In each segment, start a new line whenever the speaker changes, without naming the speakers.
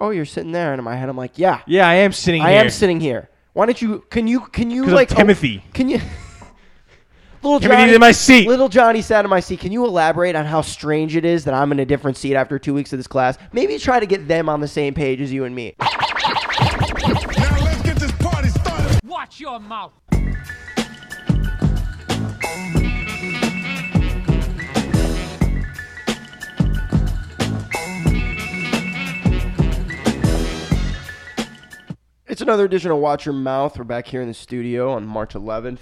oh, you're sitting there. And in my head, I'm like, yeah,
Yeah, I am sitting
I
here.
am sitting here. Why don't you? Can you? Can you
'Cause of
like el-
Timothy.
Can you? little
Timothy's
Johnny
in my seat.
Little Johnny sat in my seat. Can you elaborate on how strange it is that I'm in a different seat after two weeks of this class? Maybe try to get them on the same page as you and me.
Now let's get this party started.
Watch your mouth.
It's another edition of Watch Your Mouth. We're back here in the studio on March 11th.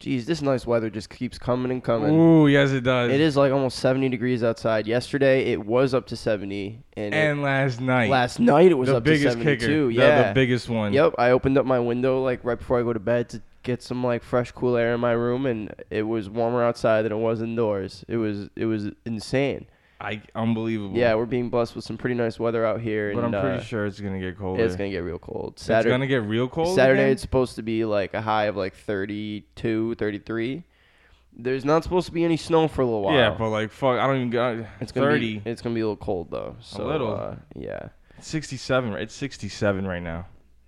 Geez, this nice weather just keeps coming and coming.
Ooh, yes, it does.
It is like almost 70 degrees outside. Yesterday, it was up to 70, and, it-
And last night,
last night it was
the
up to
biggest
72.
kicker, the-
yeah,
the biggest one.
Yep, I opened up my window like right before I go to bed to get some like fresh cool air in my room, and it was warmer outside than it was indoors. It was it was insane.
I unbelievable.
Yeah, we're being blessed with some pretty nice weather out here,
but I'm
and
pretty
uh,
sure it's gonna get colder.
it's gonna get real cold.
It's
Saturday,
gonna get real cold.
Saturday
again?
it's supposed to be like a high of like 32, 33. There's not supposed to be any snow for a little while.
Yeah, but like fuck, I don't even got.
it's gonna
thirty.
Be, it's gonna be a little cold though. So,
little.
Uh, yeah.
Sixty-seven. right? It's sixty-seven right now.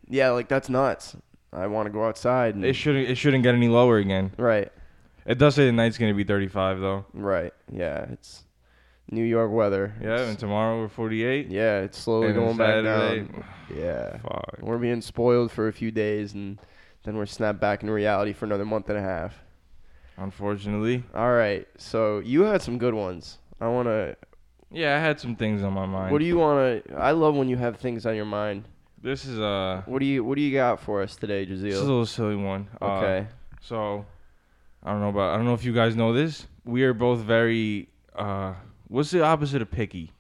Yeah, like that's nuts. I want to go outside. And,
It shouldn't. It shouldn't get any lower again.
right.
It does say the night's gonna be thirty-five though.
Right. Yeah. It's New York weather.
Yeah, and
It's,
tomorrow we're forty-eight.
yeah. It's slowly
and
going
Saturday-
back down. Yeah.
Fuck.
We're being spoiled for a few days, and then we're snapped back into reality for another month and a half.
Unfortunately.
All right. So you had some good ones. I wanna.
Yeah, I had some things on my mind.
What do you wanna? I love when you have things on your mind.
This is uh.
What do you What do you got for us today,
This is a
Jazeel?
little silly one. Uh,
Okay.
So, I don't know about. I don't know if you guys know this. We are both very. uh What's the opposite of picky?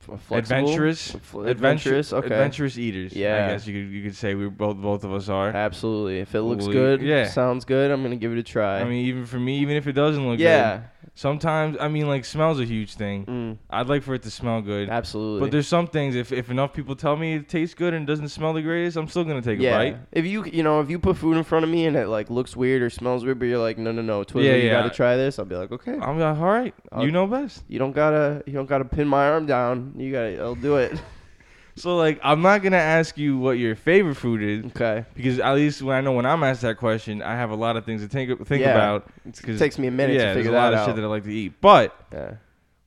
F- flexible?
Adventurous.
F-
adventu-
Adventurous. Okay.
Adventurous eaters.
Yeah.
I guess you could you could say we both both of us are.
Absolutely. If it looks
Well,
good,
yeah.
sounds good. I'm gonna give it a try.
I mean, even for me, even if it doesn't look
yeah.
good. Sometimes, I mean, like smells a huge thing.
Mm.
I'd like for it to smell good.
Absolutely.
But there's some things. If if enough people tell me it tastes good and it doesn't smell the greatest, I'm still gonna take
yeah.
a bite.
If you you know if you put food in front of me and it like looks weird or smells weird, but you're like no no no Twizzler,
Yeah,
you
yeah.
gotta try this. I'll be like okay.
I'm like, all right,
I'll-
you know best.
you don't gotta you don't gotta pin my arm down. You gotta I'll do it.
So like, I'm not gonna ask you what your favorite food is.
okay.
because at least when I know when I'm asked that question, I have a lot of things to think think
Yeah.
about.
It takes me a minute
yeah,
to
there's
figure
a lot
that
of
out.
shit that I like to eat. But
yeah.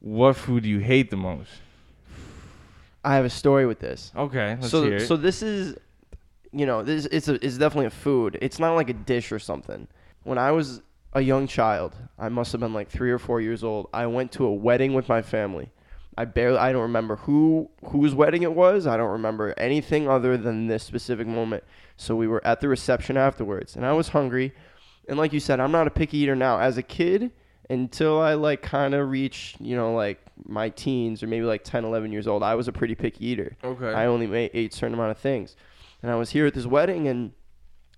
what food do you hate the most?
I have a story with this.
Okay, let's
so
hear it.
so this is you know this it's a, it's definitely a food. It's not like a dish or something. When I was a young child, I must have been like 3 or 4 years old. I went to a wedding with my family. I barely I don't remember who whose wedding it was. I don't remember anything other than this specific moment. So we were at the reception afterwards and I was hungry. And like you said, I'm not a picky eater now. As a kid until I like kind of reached, you know, like my teens or maybe like 10, 11 years old, I was a pretty picky eater.
Okay.
I only made, ate a certain amount of things. And I was here at this wedding and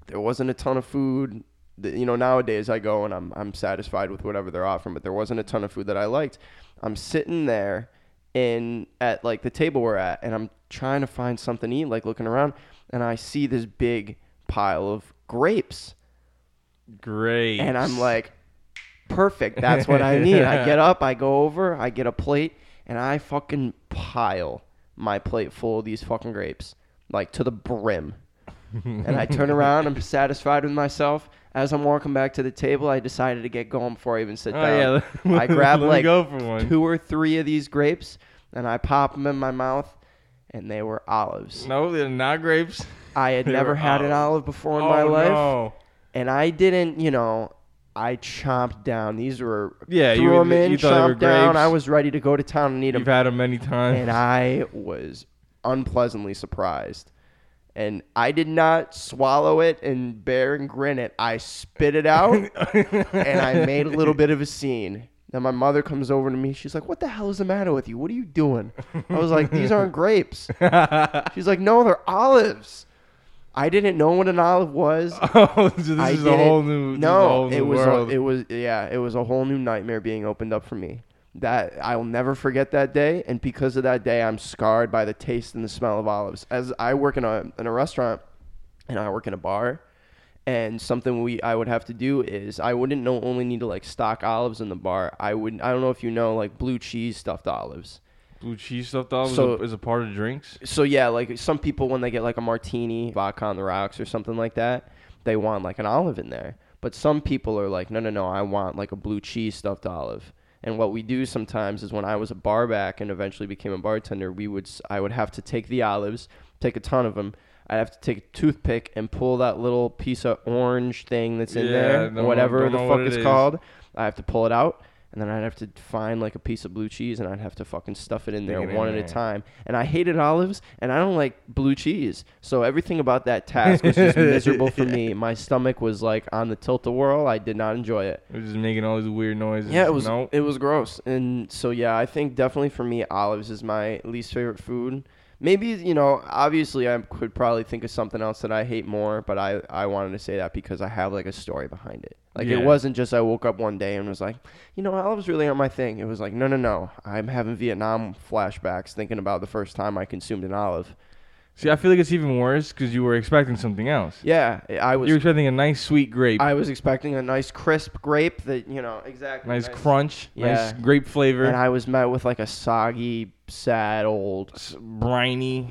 there wasn't a ton of food. that- You know, nowadays I go and I'm, I'm satisfied with whatever they're offering, but there wasn't a ton of food that I liked. I'm sitting there in at like the table we're at and I'm trying to find something to eat, like looking around, and I see this big pile of grapes.
Great.
And I'm like, perfect. That's what I need. I get up, I go over, I get a plate, and I fucking pile my plate full of these fucking grapes, like to the brim. and I turn around, I'm satisfied with myself. As I'm walking back to the table, I decided to get going before I even sit
Oh,
down.
yeah.
I grab
Let me
like
go for one.
two or three of these grapes and I pop them in my mouth, and they were olives.
no, they're not grapes.
I had
They
never
were
had an
olives.
olive before in
oh,
my life
No.
and I didn't, you know, I chomped down. These were
Yeah,
threw
you-
'em in,
you thought they were
chomped down.
grapes.
I was ready to go to town and eat them,
You've had them many times.
and I was unpleasantly surprised. And I did not swallow it and bear and grin it. I spit it out, and I made a little bit of a scene. Now my mother comes over to me. She's like, "What the hell is the matter with you? What are you doing?" I was like, "These aren't grapes." She's like, "No, they're olives." I didn't know what an olive was.
oh, so this
I
is a
didn't-
whole new. this is a
No,
whole new
it was
world.
A, it was yeah, it was a whole new nightmare being opened up for me. That I'll never forget that day, and because of that day, I'm scarred by the taste and the smell of olives. As I work in a in a restaurant, and I work in a bar, and something we I would have to do is I wouldn't know only need to like stock olives in the bar. I would I don't know if you know like blue cheese stuffed olives.
Blue cheese stuffed olives
So-
is, a, is a part of drinks.
So yeah, like some people when they get like a martini, vodka on the rocks or something like that, they want like an olive in there. But some people are like, no, no, no, I want like a blue cheese stuffed olive. And what we do sometimes is when I was a bar back and eventually became a bartender, we would s- I would have to take the olives, take a ton of them. I'd have to take a toothpick and pull that little piece of orange thing that's in
Yeah,
there,
don't know-
whatever
don't
the
know
fuck
what it
it's
is.
called. I have to pull it out, and then I'd have to find like a piece of blue cheese, and I'd have to fucking stuff it in there
Dig it in
one at
there.
a time. And I hated olives, and I don't like blue cheese, so everything about that task was just miserable for me. My stomach was like on the tilt a whirl. I did not enjoy it.
We're just making all these weird noises.
Yeah, it was
No,
it was gross, and so yeah, I think definitely for me, olives is my least favorite food. Maybe you know, obviously, I could probably think of something else that I hate more, but I I wanted to say that because I have like a story behind it. Like
Yeah.
it wasn't just I woke up one day and was like, you know, olives really aren't my thing. It was like, no, no, no, I'm having Vietnam flashbacks thinking about the first time I consumed an olive.
see, I feel like it's even worse because you were expecting something else.
Yeah, I was
you were expecting a nice sweet grape,
I was expecting a nice crisp grape that you know exactly
nice, crunch, nice
Yeah.
grape flavor,
and I was met with like a soggy, sad old
s- briny.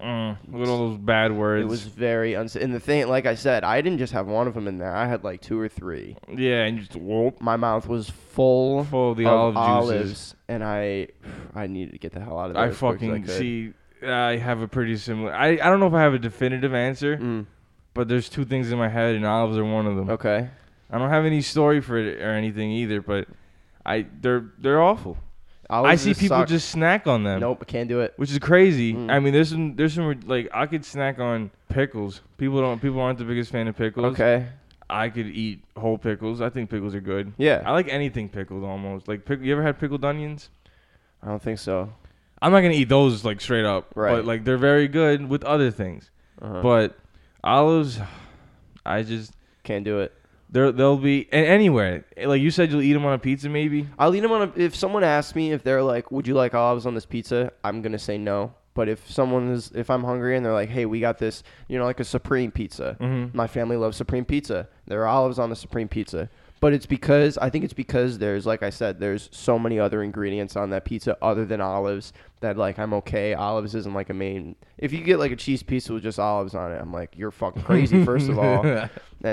Mm, look at all those bad words.
It was very uns. And the thing, like I said, I didn't just have one of them in there. I had like two or three.
yeah, and you just whoop.
My mouth was full,
Full of the olive juices.
olives, and I, I needed to get the hell out of there.
I
as quick as
fucking
could.
see. I have a pretty similar. I, I don't know if I have a definitive answer,
Mm,
but there's two things in my head, and olives are one of them.
okay.
I don't have any story for it or anything either, but I they're they're awful. I
Olives
see people
suck.
just snack on them.
Nope, I can't do it.
Which is crazy.
Mm.
I mean, there's some, there's some like I could snack on pickles. People don't, people aren't the biggest fan of pickles.
Okay.
I could eat whole pickles. I think pickles are good.
Yeah.
I like anything pickled almost. Like pick, you ever had pickled onions?
I don't think so.
I'm not gonna eat those like straight up.
Right.
But like they're very good with other things.
uh
But olives, I just
can't do it.
there they'll be and anywhere. Like you said, you'll eat them on a pizza maybe.
I'll eat them on a, if someone asks me if they're like, "Would you like olives on this pizza?" I'm gonna say no. But if someone is, if I'm hungry and they're like, "Hey, we got this," you know, like a supreme pizza.
Mhm.
My family loves supreme pizza. There are olives on the supreme pizza, but it's because I think it's because there's, like I said, there's so many other ingredients on that pizza other than olives that like I'm okay. Olives isn't like a main. If you get like a cheese pizza with just olives on it, I'm like, you're fucking crazy, first of all, and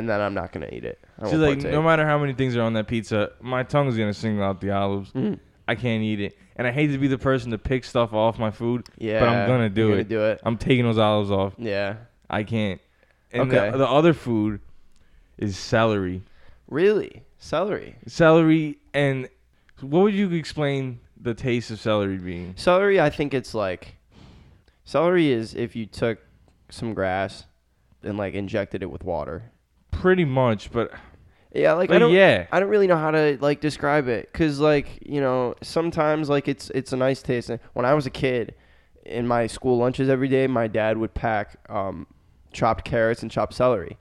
then I'm not gonna eat it. I
See,
won't
like
partake.
no matter how many things are on that pizza, my tongue's gonna single out the olives.
Mm.
I can't eat it, and I hate to be the person to pick stuff off my food. but
Yeah,
I'm gonna do
you're
it.
gonna do it.
I'm taking those olives off.
yeah.
I can't. And the-
Okay.
the, other food is celery.
Really, celery.
Celery and what would you explain the taste of celery being?
Celery, I think it's like celery is if you took some grass and like injected it with water.
Pretty much, but
Yeah, like I
But
don't,
yeah.
I don't really know how to like describe it because like you know sometimes like it's it's a nice taste. And When I was a kid, in my school lunches every day, my dad would pack um, chopped carrots and chopped celery,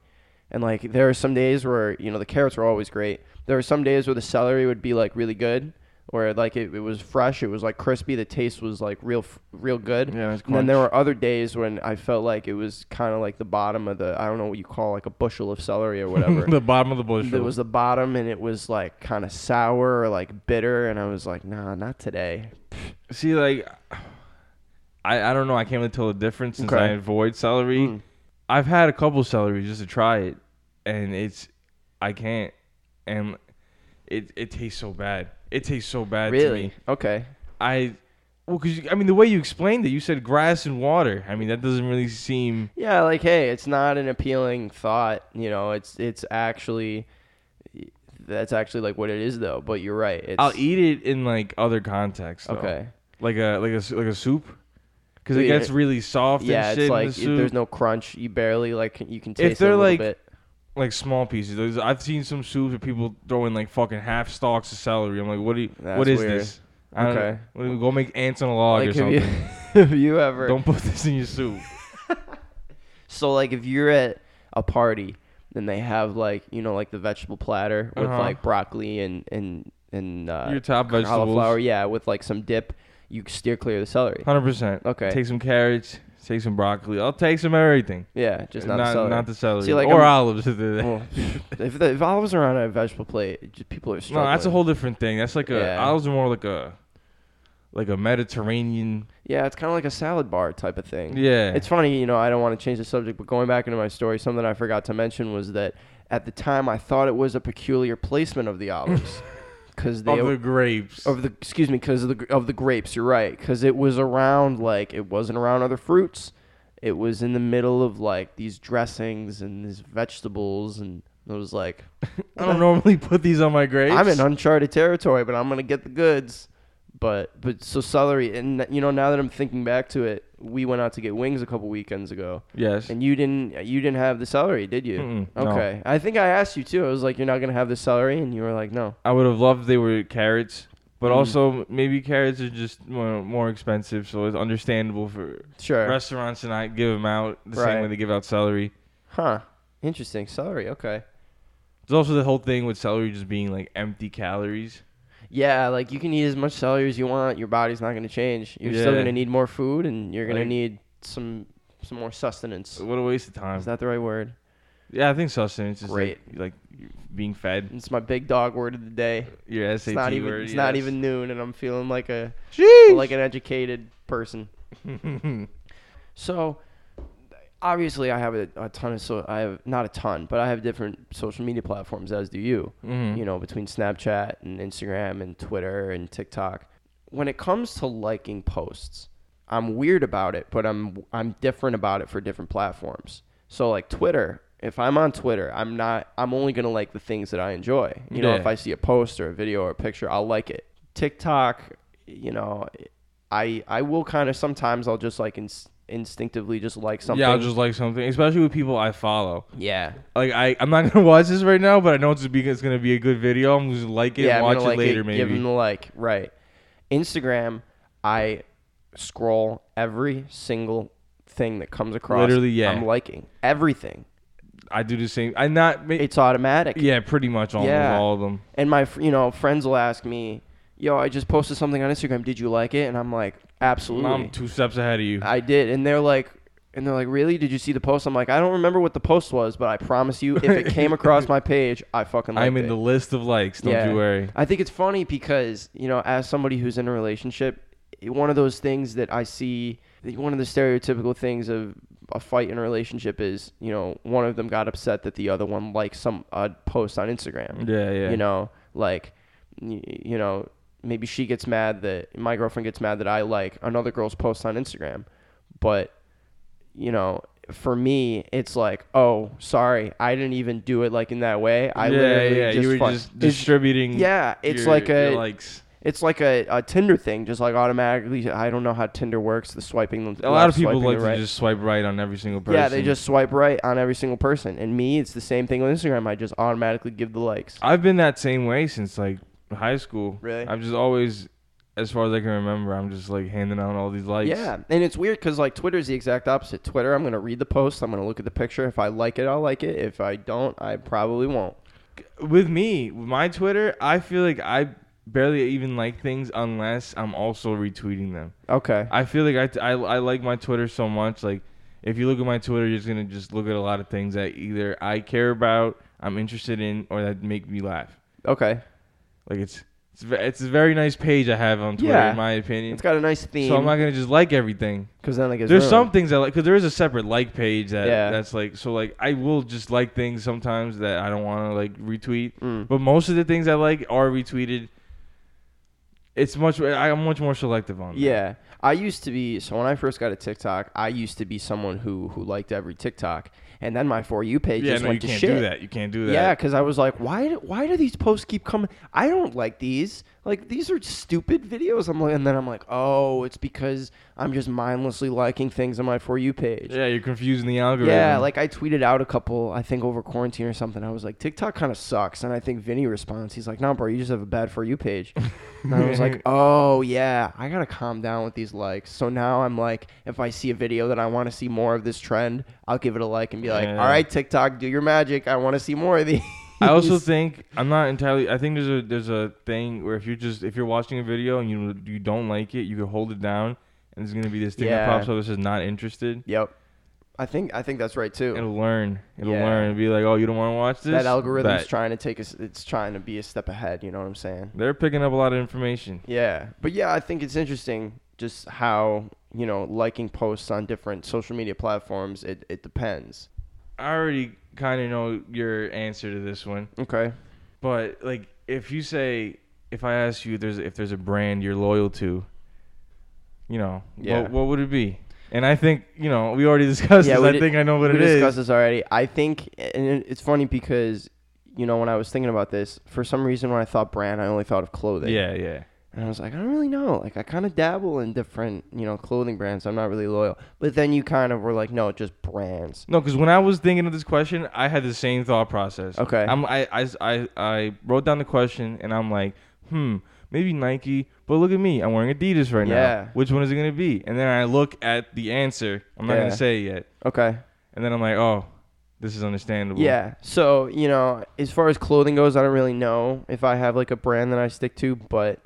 and like there are some days where you know the carrots were always great. There were some days where the celery would be like really good, or like it, it was fresh, it was like crispy, the taste was like real f- real good.
Yeah, it's
and then there
crunch.
were other days when I felt like it was kind of like the bottom of the I don't know what you call like a bushel of celery or whatever
the bottom of the bushel.
there was the bottom and it was like kind of sour or like bitter and i was like nah not today
See, like, I, I don't know. I can't really tell the difference since
Okay.
I avoid celery.
Mm.
I've had a couple celery just to try it, and it's I can't, and it it tastes so bad. It tastes so bad to me.
okay
I well, cause you, I mean the way you explained it, you said grass and water. I mean that doesn't really seem.
yeah like hey it's not an appealing thought you know it's it's actually that's actually like what it is though but you're right it's
I'll eat it in like other contexts. though.
okay
Like a like a s- like a soup, because it
Yeah.
gets really soft.
yeah
and
it's
shit in
like
the
if
soup.
there's no crunch you barely like you can taste
they're
it a little
like-
bit
like small pieces. There's- I've seen some soups where people throw in like fucking half stalks of celery. I'm like, what do you,
That's
what is
weird.
this? I don't
Okay.
know. Go make ants on a log or
like have
something.
you, have you ever
Don't put this in your soup.
So like if you're at a party and they have like you know like the vegetable platter with
Uh-huh.
like broccoli and and and uh,
Your top
cauliflower,
vegetables.
yeah, with like some dip, you steer clear of the celery.
Hundred percent.
Okay.
Take some carrots. Take some broccoli. I'll take some everything.
Yeah, just not, the
not,
celery.
not the celery.
See, like,
or
I'm-
olives. if they're there.
Well, if the if olives are on a vegetable plate, it just, people are
no,
struggling.
that's a whole different thing. That's like a
Yeah.
olives are more like a like a Mediterranean.
Yeah, it's kind of like a salad bar type of thing.
Yeah.
It's funny, you know, I don't want to change the subject, but going back into my story, something I forgot to mention was that at the time I thought it was a peculiar placement of the olives. Because they
of the grapes.
of the excuse me because of the of the grapes you're right because it was around like it wasn't around other fruits it was in the middle of like these dressings and these vegetables and it was like
I don't normally put these on my grapes.
i'm in uncharted territory but i'm gonna get the goods but but so celery and you know now that i'm thinking back to it we went out to get wings a couple weekends ago
Yes.
and you didn't you didn't have the celery did you
Mm-mm, no.
okay i think i asked you too i was like you're not gonna have the celery and you were like no
I would have loved if they were carrots,
Mm.
but also maybe carrots are just more, more expensive, so it's understandable for
sure
restaurants to not give them out the
Right.
same way they give out celery.
huh interesting celery okay
There's also the whole thing with celery just being like empty calories.
Yeah, like you can eat as much celery as you want. Your body's not going to change. You're still
Yeah.
going to need more food, and you're going
Like-
to need some some more sustenance.
What a waste of time.
Is that the right word?
yeah, I think sustenance is like,
Great.
like you're being fed.
It's my big dog word of the day.
Your
It's
SAT
not even
word,
it's not
yes.
even noon, and I'm feeling like a
Jeez.
like an educated person. So obviously, I have a, a ton of so I have not a ton, but I have different social media platforms, as do you.
Mhm.
You know, between Snapchat and Instagram and Twitter and TikTok. When it comes to liking posts, I'm weird about it, but I'm I'm different about it for different platforms. So like Twitter, if I'm on Twitter, I'm not I'm only gonna like the things that I enjoy. You know,
Yeah.
if I see a post or a video or a picture, I'll like it. TikTok, you know, I I will kind of sometimes I'll just like ins instinctively just like something.
Yeah, I'll just like something, especially with people I follow.
yeah.
Like I, I'm not gonna watch this right now, but I know it's be it's gonna be a good video. I'm just gonna like it,
yeah,
and
I'm
watch
gonna like
it later,
Give them
maybe.
the like, right? Instagram, I scroll every single thing that comes across.
Literally, yeah.
I'm liking everything.
I do the same. I not. ma-
It's automatic.
Yeah, pretty much almost
Yeah.
all of them.
And my, fr- you know, friends will ask me, "Yo, I just posted something on Instagram. Did you like it?" And I'm like, "Absolutely."
I'm two steps ahead of you.
I did, and they're like, and they're like, really? Did you see the post? I'm like, I don't remember what the post was, but I promise you, if it came across my page, I fucking. Liked
I'm in
it.
the list of likes. Don't you worry.
I think it's funny because, you know, as somebody who's in a relationship, it- one of those things that I see, one of the stereotypical things of a fight in a relationship is, you know, one of them got upset that the other one liked some odd post on Instagram.
Yeah, yeah.
You know, like, y- you know, maybe she gets mad that my girlfriend gets mad that I like another girl's post on Instagram. But you know, for me, it's like, oh, sorry, I didn't even do it like in that way. I
yeah,
literally
yeah.
just
you were
fuck-
just
it's,
distributing.
yeah, it's
your-
like
your
a-
likes.
it's like a, a Tinder thing, just like automatically. I don't know how Tinder works. The swiping,
A lot of people
swiping
like
the
to
right.
just swipe right on every single person.
yeah, they just swipe right on every single person. And me, it's the same thing on Instagram. I just automatically give the likes.
I've been that same way since like high school.
Really?
I've just always, as far as I can remember, I'm just like handing out all these likes.
Yeah, and it's weird because like Twitter's the exact opposite. Twitter, I'm gonna read the post, I'm gonna look at the picture. If I like it, I'll like it. If I don't, I probably won't.
With me, with my Twitter, I feel like I barely even like things unless I'm also retweeting them.
Okay.
I feel like I, I, I like my Twitter so much. Like, if you look at my Twitter, you're just gonna just look at a lot of things that either I care about, I'm interested in, or that make me laugh.
Okay.
Like it's it's ve- it's a very nice page I have on Twitter,
Yeah.
in my opinion.
It's got a nice theme.
So I'm not gonna just like everything.
Because then it gets
There's
ruined.
some things I like because there is a separate like page that
Yeah.
that's like so like I will just like things sometimes that I don't want to like retweet,
Mm.
but most of the things I like are retweeted. It's much I- I'm much more selective on. that.
Yeah. I used to be so when I first got a TikTok, I used to be someone who who liked every TikTok, and then my for you page
yeah,
just
no, you
went to
can't
shit.
do that. You can't do that.
Yeah, because I was like, why? Do, why do these posts keep coming? I don't like these. Like these are stupid videos. I'm like, and then I'm like, oh, it's because I'm just mindlessly liking things on my for you page.
Yeah, you're confusing the algorithm.
Yeah, like I tweeted out a couple, I think over quarantine or something. I was like, TikTok kind of sucks. And I think Vinny responds, he's like, nah, bro, you just have a bad for you page. And I was like, oh, yeah, I got to calm down with these likes. So now I'm like, if I see a video that I want to see more of this trend, I'll give it a like and be like,
Yeah.
all right, TikTok, do your magic. I want to see more of these.
I also think I'm not entirely. I think there's a there's a thing where if you're just if you're watching a video and you you don't like it, you can hold it down, and there's gonna be this thing
Yeah.
that pops up that says not interested.
yep. I think I think that's right too.
It'll learn. It'll
Yeah.
learn. It'll be like, oh, you don't want to watch this.
that algorithm's
Bet.
trying to take us. It's trying to be a step ahead. You know what I'm saying?
They're picking up a lot of information.
Yeah, but yeah, I think it's interesting just how you know liking posts on different social media platforms. It it depends.
I already kind of know your answer to this one,
Okay.
but like, if you say, if I ask you, there's if there's a brand you're loyal to, you know,
Yeah.
what, what would it be? And I think you know we already discussed
yeah,
this.
we
I
di-
think I know what
we
it is.
discussed this already. I think, and it- it's funny because you know when I was thinking about this, for some reason when I thought brand, I only thought of clothing.
Yeah, yeah.
And I was like, I don't really know. Like, I kind of dabble in different, you know, clothing brands. I'm not really loyal. But then you kind of were like, no, just brands.
No, because when I was thinking of this question, I had the same thought process.
Okay.
I'm, I, I, I, I wrote down the question and I'm like, hmm, maybe Nike, but look at me. I'm wearing Adidas right
Yeah.
now. Which one is it going to be? And then I look at the answer. I'm not going
Yeah.
to say it yet.
Okay.
And then I'm like, oh, this is understandable.
Yeah. So, you know, as far as clothing goes, I don't really know if I have like a brand that I stick to. But,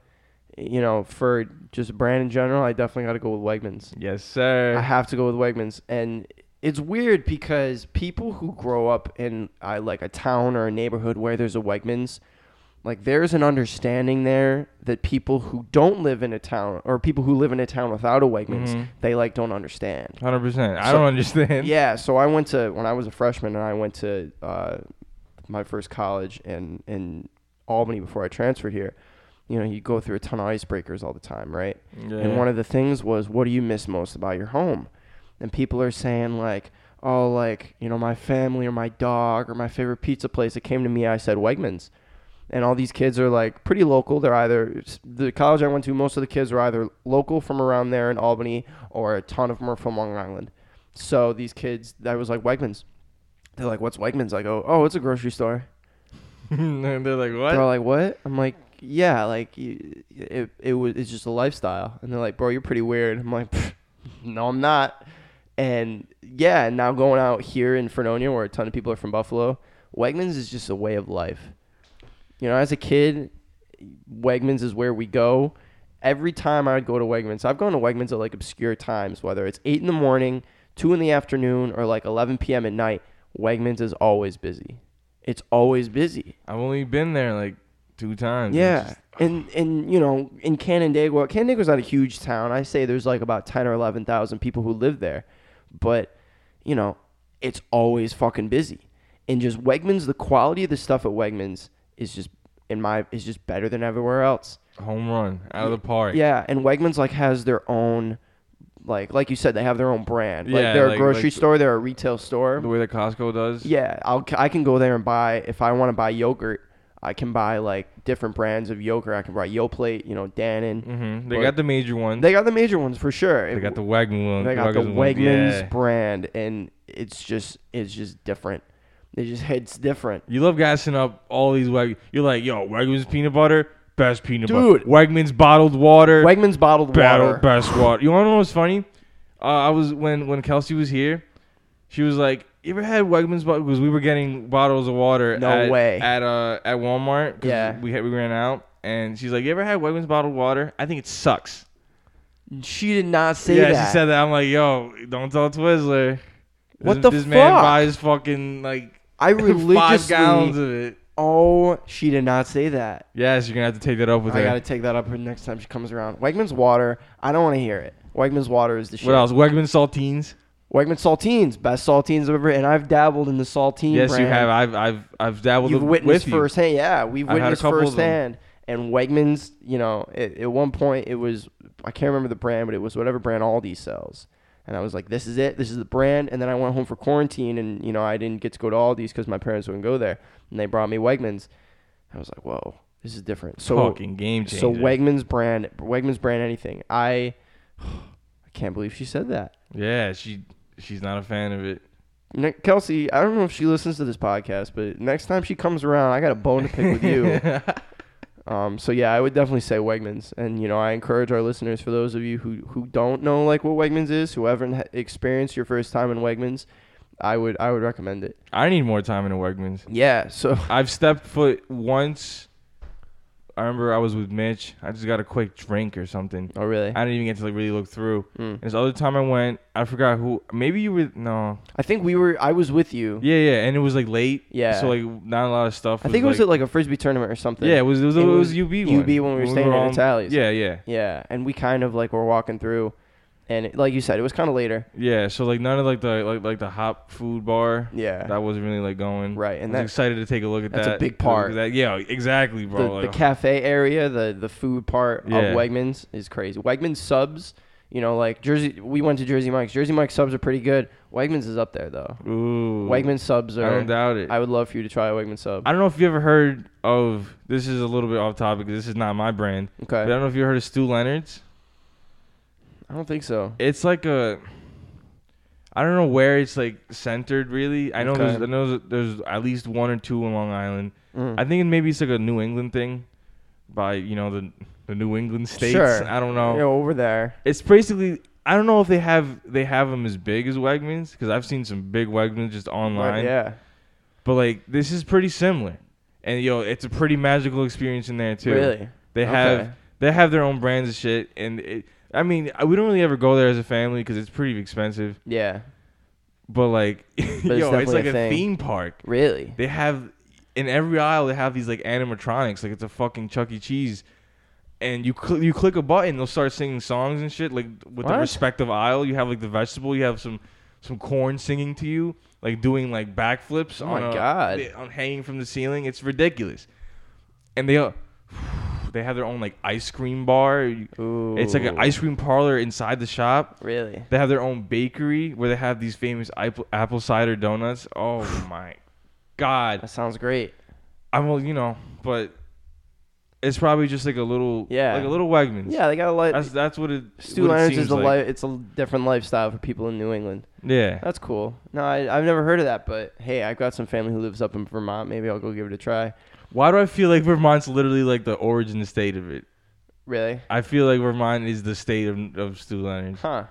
you know, for just brand in general, I definitely got to go with Wegmans.
Yes, sir.
I have to go with Wegmans. And it's weird because people who grow up in uh, like a town or a neighborhood where there's a Wegmans, like there's an understanding there that people who don't live in a town or people who live in a town without a Wegmans,
Mhm.
they like don't understand.
100%. I
So-
don't understand.
Yeah, so I went to when I was a freshman and I went to uh, my first college in in Albany before I transferred here. You know, you go through a ton of icebreakers all the time, right?
Yeah.
And one of the things was, what do you miss most about your home? And people are saying like, oh, like you know, my family or my dog or my favorite pizza place that came to me. I said Wegmans. And all these kids are like pretty local. They're either the college I went to. Most of the kids were either local from around there in Albany, or a ton of them are from Long Island. So these kids, I was like Wegmans. They're like, "What's Wegmans?" I go, "Oh, it's a grocery store."
and they're like, what?
They're all like, "What?" I'm like, "Yeah, like you, it it was it's just a lifestyle." And they're like, "Bro, you're pretty weird." I'm like, "Pfft, "No, I'm not." And yeah, and now going out here in Fredonia, where a ton of people are from Buffalo, Wegmans is just a way of life. You know, as a kid, Wegmans is where we go. Every time I would go to Wegmans, I've gone to Wegmans at like obscure times, whether it's eight in the morning, two in the afternoon, or like 11 p.m. at night. Wegmans is always busy. It's always busy.
I've only been there like two times. It's
Yeah,
just-
and and you know, in Canandaigua, Canandaigua's not a huge town. I say there's like about ten or eleven thousand people who live there, but you know, it's always fucking busy. And just Wegmans, the quality of the stuff at Wegmans is just, in my, is just better than everywhere else.
home run out of the park.
Yeah, and Wegmans like has their own, like like you said, they have their own brand. Like
Yeah,
they're a
like-
grocery
like-
store, they're a retail store.
The way that Costco does.
Yeah, I'll I can go there and buy if I want to buy yogurt, I can buy like different brands of yogurt. I can buy Yoplait, you know, Dannon.
hmm They
But-
got the major ones.
They got the major ones for sure.
They got the Wegman one.
They got the
one.
Wegmans
Yeah.
brand, and it's just it's just different. It just hits different.
You love gassing up all these Weg. You're like, yo, Wegmans peanut butter, best peanut butter.
Dude.
Wegmans bottled water,
Wegman's bottled
battle,
water.
best water. You wanna know what's funny? Uh, I was when when Kelsey was here, she was like, "You ever had Wegmans bottle?" Because we were getting bottles of water.
No
at,
way.
At uh at Walmart. 'cause
Yeah.
We had, we ran out, and she's like, "You ever had Wegmans bottled water? I think it sucks."
She did not say
yeah,
that.
she said that. I'm like, "Yo, don't tell Twizzler."
What
this,
the
This man
fuck?
buys fucking like
I
five
religiously.
gallons of it.
oh, she did not say that.
Yes, you're gonna have to take that up with
I
her.
gotta take that up for next time she comes around. Wegman's water. I don't want to hear it. Wegman's water is the shit.
What else? Wegman saltines.
Wegmans saltines, best saltines ever, and I've dabbled in the saltine.
Yes, you
brand.
have. I've I've I've dabbled
You've
with-
witnessed
with you.
firsthand. Yeah, we've
I've had a
witnessed
couple of them.
firsthand. And Wegmans, you know, it, at one point it was I can't remember the brand, but it was whatever brand Aldi sells. And I was like, this is it. This is the brand. And then I went home for quarantine, and you know, I didn't get to go to Aldi's because my parents wouldn't go there, and they brought me Wegmans. I was like, whoa, this is different. So
Fucking game changer.
so Wegmans brand, Wegmans brand, anything. I, I can't believe she said that.
Yeah, she she's not a fan of it.
Ne- Kelsey, I don't know if she listens to this podcast, but next time she comes around, I got a bone to pick with you. um, so yeah, I would definitely say Wegmans, and you know, I encourage our listeners for those of you who who don't know like what Wegmans is, who haven't ha- experienced your first time in Wegmans, I would I would recommend it.
I need more time in a Wegmans.
Yeah, so
I've stepped foot once I remember I was with Mitch. I just got a quick drink or something.
Oh really?
I didn't even get to like really look through.
Hmm.
And this other time I went, I forgot who. Maybe you were no.
I think we were. I was with you.
Yeah, yeah. And it was like late.
Yeah.
So like not a lot of stuff.
I think it was at like a frisbee tournament or something.
Yeah, it was it was,
It
it
was
was, UB one.
UB when we were staying at
all-
Itali's.
Yeah, yeah,
Yeah, and we kind of like were walking through, and it, like you said, it was kind of later.
yeah. So like none of like the like like the hop food bar.
Yeah.
That wasn't really like going.
Right, and
I was
that-
excited to take a look at
that's a
that.
big
to look
part.
at That, yeah, exactly, bro.
The,
like,
the cafe area, the the food part
Yeah.
of Wegmans is crazy. Wegmans subs, you know, like Jersey. We went to Jersey Mike's. Jersey Mike's subs are pretty good. Wegmans is up there though.
ooh.
Wegmans subs are.
I don't doubt it.
I would love for you to try a Wegman sub.
I don't know if you ever heard of this is a little bit off topic. This is not my brand.
Okay.
But I don't know if you heard of Stu Leonard's.
I don't think so.
It's like a I don't know where it's like centered really. I know
Okay.
there's I know that there's at least one or two in Long Island.
Mm.
I think maybe it's like a New England thing by, you know, the the New England states.
Sure.
I don't know.
You're over there.
It's basically I don't know if they have they have them as big as Wegmans because I've seen some big Wegmans just online.
Right, yeah.
But like this is pretty similar, and yo, it's a pretty magical experience in there too.
Really?
They
Okay.
have they have their own brands of shit, and it, I mean I- we don't really ever go there as a family because it's pretty expensive.
Yeah.
But like, yo, it's
definitely
like
a
a,
thing.
theme park.
Really?
They have in every aisle they have these like animatronics, like it's a fucking Chuck E. Cheese. And you cl- you click a button, they'll start singing songs and shit like with
What?
the respective aisle. You have like the vegetable, you have some some corn singing to you, like doing like backflips.
Oh
on
my
a-
God.
they- on hanging from the ceiling. It's ridiculous. And they uh, they have their own like ice cream bar.
Ooh.
It's like an ice cream parlor inside the shop.
Really?
They have their own bakery where they have these famous apple, apple cider donuts. Oh my
That
god!
sounds great.
I will, you know, but it's probably just like a little,
Yeah.
like a little Wegmans.
Yeah, they got a
that's
lot.
that's what it.
Stu
what it
Leonard's
seems
is the
like.
life. It's a different lifestyle for people in New England.
Yeah,
That's cool. No, I, I've never heard of that, but hey, I've got some family who lives up in Vermont. Maybe I'll go give it a try.
why do I feel like Vermont's literally like the origin state of it?
Really?
I feel like Vermont is the state of, of Stu Leonard's.
Huh?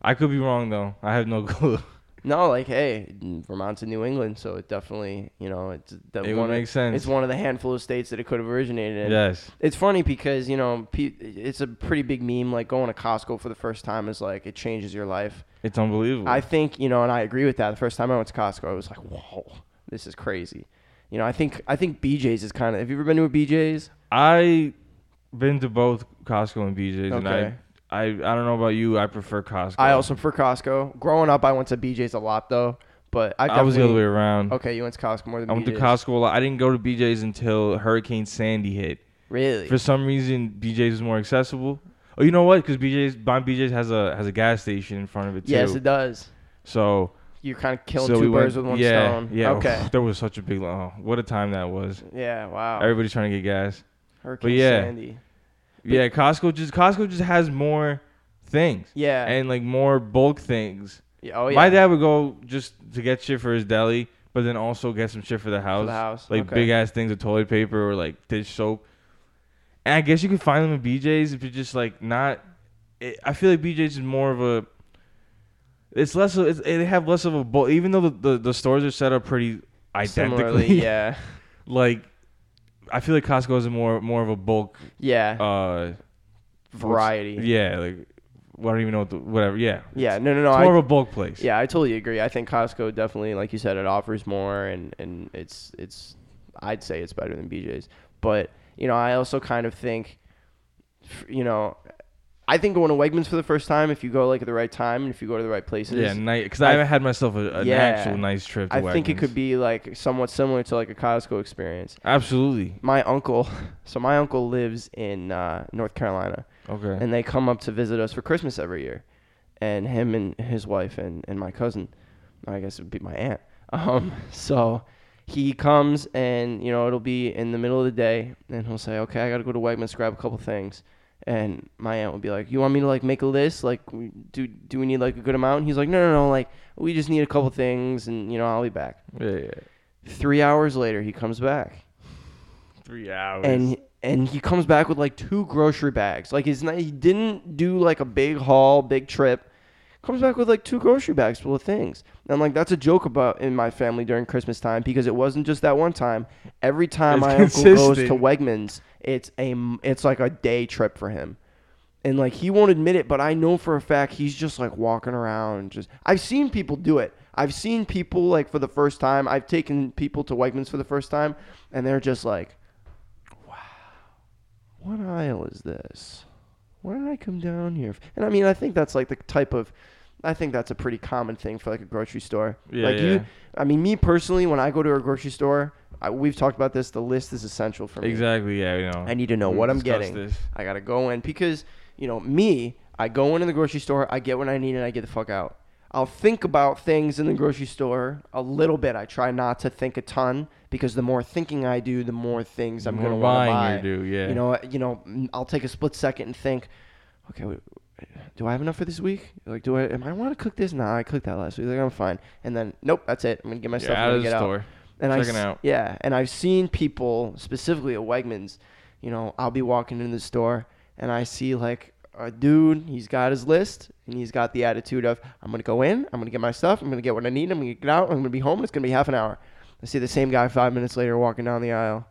I could be wrong though. I have no clue.
No, like hey, Vermont's in New England, so it definitely, you know, it's that
It would
one of-
make sense.
It's one of the handful of states that it could have originated in.
yes.
It's funny because you know pe- it's a pretty big meme. Like going to Costco for the first time is like it changes your life.
It's unbelievable.
I think you know, and I agree with that. The first time I went to Costco, I was like, "Whoa, this is crazy." You know, I think I think BJ's is kind of. Have you ever been to a BJ's?
I been to both Costco and BJ's, and
Okay.
I, I, I don't know about you. I prefer Costco.
I also prefer Costco. Growing up, I went to BJ's a lot though, but I,
I was the other way
definitely-
around.
Okay, you went to Costco more than
I went to
BJ's.
Costco a lot. I didn't go to BJ's until Hurricane Sandy hit.
Really?
For some reason, BJ's was more accessible. Oh, you know what? Because BJ's, my BJ's has a has a gas station in front of it too.
yes, it does.
So,
You're kind of killing
so we
two birds
went,
with one
yeah,
stone.
Yeah.
Okay.
There was such a big. Oh, what a time that was.
yeah. Wow.
Everybody's trying to get gas.
Hurricane
yeah.
Sandy.
Yeah, Costco just Costco just has more things.
Yeah.
And like more bulk things.
Yeah, oh yeah.
My dad would go just to get shit for his deli, but then also get some shit for the house.
house,
Like
okay.
big ass things of toilet paper or like dish soap. And I guess you could find them in BJ's if you're just like not. It, I feel like BJ's is more of a. It's less of. It's, they have less of a bulk. Even though the, the, the stores are set up pretty
Similarly,
identically.
yeah.
like, I feel like Costco is a more more of a bulk.
Yeah.
Uh,
variety.
yeah, like. I don't even know what the, whatever. Yeah,
Yeah, No. No. No.
it's
I,
more of a bulk place.
Yeah, I totally agree. I think Costco definitely, like you said, it offers more, and and it's it's, I'd say it's better than BJ's. But you know, I also kind of think, f- you know, I think going to Wegmans for the first time, if you go like at the right time and if you go to the right places,
Yeah, nice. Because
I-
I, haven't had myself a, an
Yeah.
actual nice trip. To
I think it
Wegmans.
could be like somewhat similar to like a Costco experience.
absolutely
My uncle, so my uncle lives in uh, North Carolina,
okay.
and they come up to visit us for Christmas every year, and him and his wife and, and my cousin, I guess it would be my aunt. Um, so he comes and you know it'll be in the middle of the day, and he'll say, "Okay, I gotta go to Wegmans grab a couple things," and my aunt will be like, "You want me to like make a list? Like, we- do do we need like a good amount?" And he's like, "No, no, no, like we just need a couple things, and you know I'll be back."
yeah, yeah.
Three hours later, he comes back
Three hours.
and and he comes back with like two grocery bags. Like it's not, he didn't do like a big haul, big trip. comes back with like two grocery bags full of things. And like that's a joke about in my family during Christmas time because it wasn't just that one time. Every time
It's
my uncle goes to
consistent.
Wegmans, it's a m- it's like a day trip for him. And like he won't admit it, but I know for a fact he's just like walking around just I've seen people do it. I've seen people like for the first time. I've taken people to Wegmans for the first time and they're just like what aisle is this? Why did I come down here? And I mean, I think that's like the type of, I think that's a pretty common thing for like a grocery store.
Yeah,
like
yeah.
you, I mean, me personally, when I go to a grocery store, I, we've talked about this. The list is essential for me.
Exactly. Yeah. You know.
I need to know
we
what I'm
discussed
getting.
Uh-huh. Mm-hmm. this.
I gotta go in because you know me. I go into the grocery store. I get what I need, and I get the fuck out. I'll think about things in the grocery store a little bit. I try not to think a ton because the more thinking I do, the more things I'm
More
gonna want to buy.
buying you do, yeah.
You know. You know. mm, I'll take a split second and think. Okay. Wait, do I have enough for this week? Like, do I am I want to cook this? Nah, I cooked that last week. Like, I'm fine. And then, nope, that's it. I'm gonna get my
You're
stuff. I'm
out
gonna
of the
get
store.
and I
Checking
s-
out.
Yeah, and I've seen people specifically at Wegmans. You know, I'll be walking in the store and I see like a dude. He's got his list and he's got the attitude of I'm gonna go in, I'm gonna get my stuff, I'm gonna get what I need, I'm gonna get out, I'm gonna be home. and It's gonna be half an hour. I see the same guy five minutes later walking down the aisle.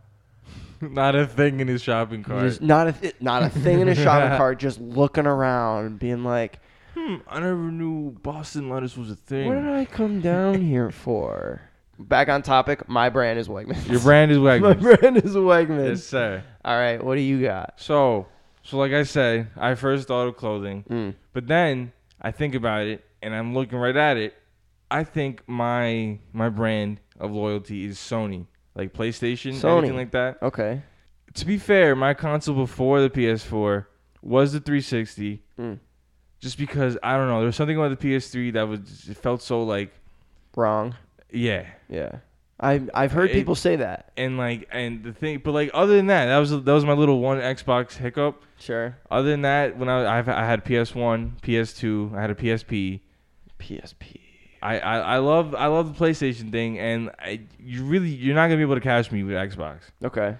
Not a thing in his shopping cart.
Just not a th- not a thing in his shopping cart. Just looking around, being like,
hmm, I never knew Boston lettuce was a thing.
"What did I come down here for?" Back on topic. My brand is Wegmans.
Your brand is
my
Wegmans.
brand is Wegmans.
yes, sir.
All right, what do you got?
So, so like I said, I first thought of clothing,
Mm. Hmm.
but then I think about it and I'm looking right at it. I think my my brand of loyalty is Sony, like PlayStation,
Sony.
anything like that.
Okay.
to be fair, my console before the PS4 was the 360.
Mm.
Just because I don't know, there was something about the PS3 that was it felt so like
Wrong.
yeah,
Yeah. I I've heard
It-
people say that.
and like and the thing, but like other than that, that was that was my little one Xbox hiccup.
Sure.
Other than that, when I I've, I had PS1, PS2, I had a PSP.
PSP.
I, I, I love I love the PlayStation thing, and I, you really you're not gonna be able to catch me with Xbox.
Okay.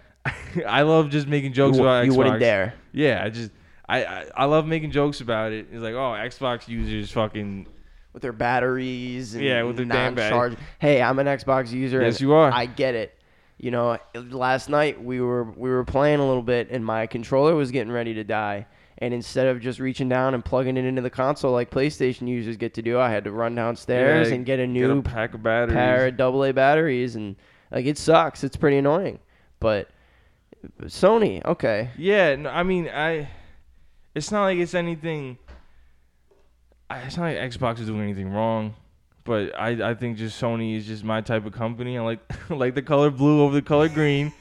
I love just making jokes
you,
about
you
Xbox.
wouldn't dare.
Yeah, I just I, I I love making jokes about it. It's like, oh, Xbox users fucking
With their batteries and
Yeah, with their damn battery.
non-charge- Hey, I'm an Xbox user.
Yes,
and
you are.
I get it. You know, last night we were we were playing a little bit and my controller was getting ready to die. And instead of just reaching down and plugging it into the console like PlayStation users get to do, I had to run downstairs
yeah,
and get a new
pack of batteries.
pair of double A batteries, and like it sucks. It's pretty annoying. But Sony, okay,
Yeah, no, I mean I it's not like it's anything I, it's not like Xbox is doing anything wrong. But I, I think just Sony is just my type of company. I like like the color blue over the color green.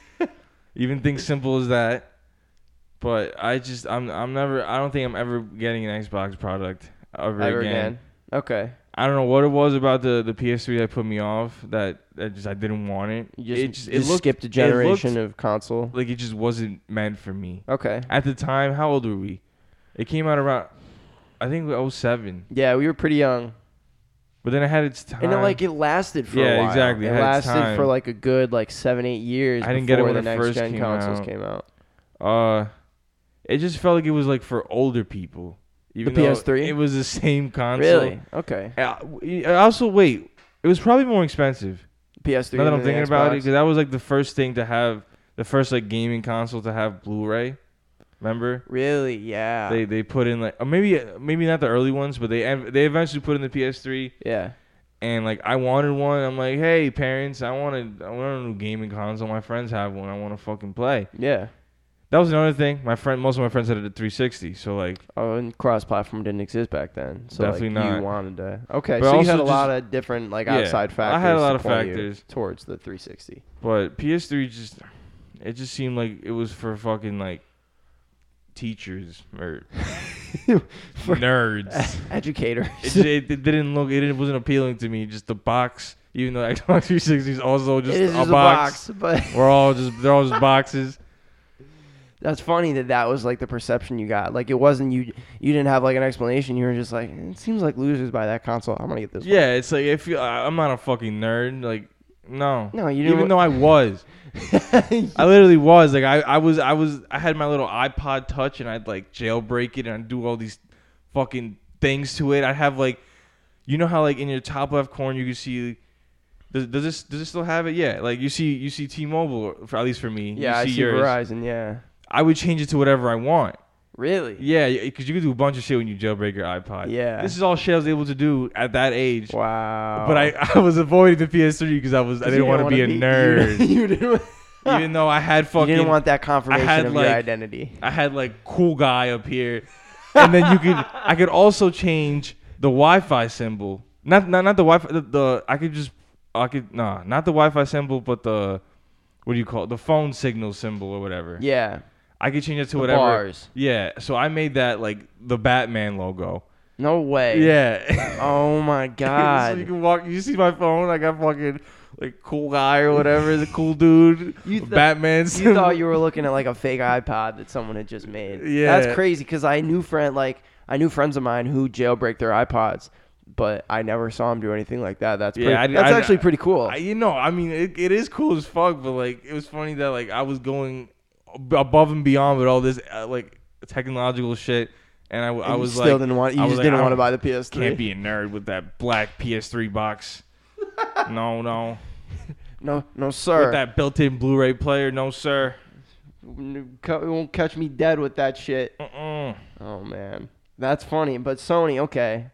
Even things simple as that. But I just I'm I'm never I don't think I'm ever getting an Xbox product ever,
ever
again.
again, okay.
I don't know what it was about the, the PS3 that put me off. That, that just I didn't want it.
You just,
it
just skipped a generation
It
of console.
looked like it just wasn't meant for me
Okay,
at the time. How old were we? It came out around I think 07.
yeah, we were pretty young,
But then I had its time.
and it, like it lasted for a
Yeah,
while.
exactly,
It
had its
lasted for
time.
like a good like seven, eight years.
I didn't get it
before
when
the
it
next
first
gen
came
consoles
out.
came out.
uh, it just felt like it was like for older people. Even though
PS3?
It was the same console.
Really? Okay.
Uh, also, wait. It was probably more expensive.
PS3.
now
and
that I'm
the
thinking about it,
Xbox.
because that was like the first thing to have, the first like gaming console to have Blu-ray. Remember?
Really? Yeah.
They they put in like, or maybe uh, maybe not the early ones, but they ev- they eventually put in the PS3,
yeah.
and like I wanted one. I'm like, hey parents, I want a I want a new gaming console. My friends have one. I want to fucking play.
Yeah.
That was another thing. My friend, most of my friends had a 360, so like,
Oh, and cross-platform didn't exist back then, so
Definitely
like,
not.
you wanted to. Okay,
But
so you
also
had a
just-
lot of different like
Yeah,
outside
I
factors.
had a lot of
to point you
factors.
towards the 360.
but PS3 just, it just seemed like it was for fucking like teachers or nerds.
Educator.
it, it, it didn't look it didn't, wasn't appealing to me just the box even though xbox 360 is also just,
it is
a,
just
box.
a box, but
we're all just they're all just boxes
that's funny that that was like the perception you got. Like it wasn't you. You didn't have like an explanation. You were just like, it seems like losers buy that console. I'm gonna get this.
yeah it's like if you I- i'm not a fucking nerd like no
No, you didn't
even
wa-
though i was
one.
i literally was like I, I was i was i had my little ipod touch and i'd like jailbreak it and i'd do all these fucking things to it. I'd have like, you know how like in your top left corner you can see. Does, does this does this still have it? Yeah, like you see you see T-Mobile for at least for me.
Yeah, I
you
see
yours.
Verizon. Yeah.
I would change it to whatever I want.
Really?
Yeah, because you could do a bunch of shit when you jailbreak your iPod.
Yeah.
this is all shit I was able to do at that age.
Wow.
But I, I was avoiding the PS3 because I was I didn't want to be a nerd,
You, didn't,
even though I had fucking
you didn't want that confirmation
had,
of
like-
your identity.
I had like cool guy up here, and then you could I could also change the Wi-Fi symbol. Not not not the Wi-Fi. The, the I could just I could nah not the Wi-Fi symbol, but the what do you call it? The phone signal symbol or whatever.
Yeah.
I could change it to whatever.
bars.
Yeah, so I made that like the Batman logo.
No way.
Yeah.
Oh my
so you
god.
can walk. You see my phone? I got fucking like cool guy or whatever. the cool dude.
You
a
thought-
Batman.
you
symbol.
thought you were looking at like a fake iPod that someone had just made.
Yeah.
That's crazy because I knew friend like I knew friends of mine who jailbreak their iPods, but I never saw them do anything like that. That's pretty,
I did-
that's
I-
actually pretty cool.
I, you know, I mean, it, it is cool as fuck, but like, it was funny that like I was going ab- above and beyond with all this uh, like technological shit, and I, w- I
And you
was
still
like,
didn't want. You
I was
just
like,
didn't
I
want to buy the PS3.
Can't be a nerd with that black PS3 box. no, no,
No, no,
with
sir.
that built-in Blu-ray player, no sir.
N- co- You won't catch me dead with that shit.
Mm-mm.
Oh man, that's funny. But Sony, okay,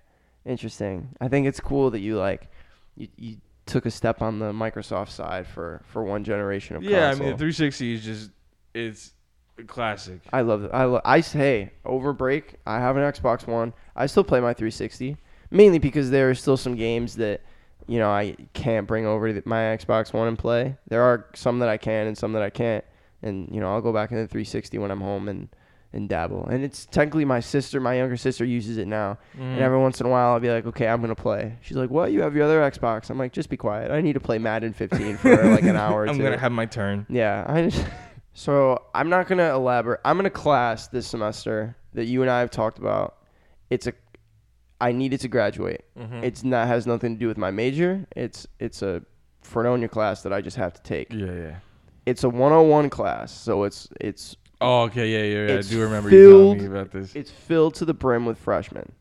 interesting. I think it's cool that you like you, you took a step on the Microsoft side for for one generation of
Yeah, I
console.
mean, the 360 is just it's a classic.
I love it. I lo- I s- hey over break. I have an Xbox One. I still play my 360 mainly because there are still some games that you know I can't bring over to my Xbox One and play. There are some that I can and some that I can't, and you know I'll go back into the 360 when I'm home and and dabble. And it's technically my sister, my younger sister, uses it now.
Mm.
And every once in a while, I'll be like, okay, I'm gonna play. She's like, what? You have your other Xbox? I'm like, just be quiet. I need to play Madden 15 for like an hour. Or
I'm
two.
gonna have my turn.
Yeah. I just, so I'm not gonna elaborate. I'm in a class this semester that you and I have talked about. It's a I needed to graduate.
Mm-hmm.
It's not has nothing to do with my major. It's it's a Fredonia class that I just have to take.
Yeah, yeah.
It's a 101 class, so it's it's
Oh, okay, yeah, yeah, yeah.
It's
I do remember you telling me
filled-
about this.
it's filled to the brim with freshmen.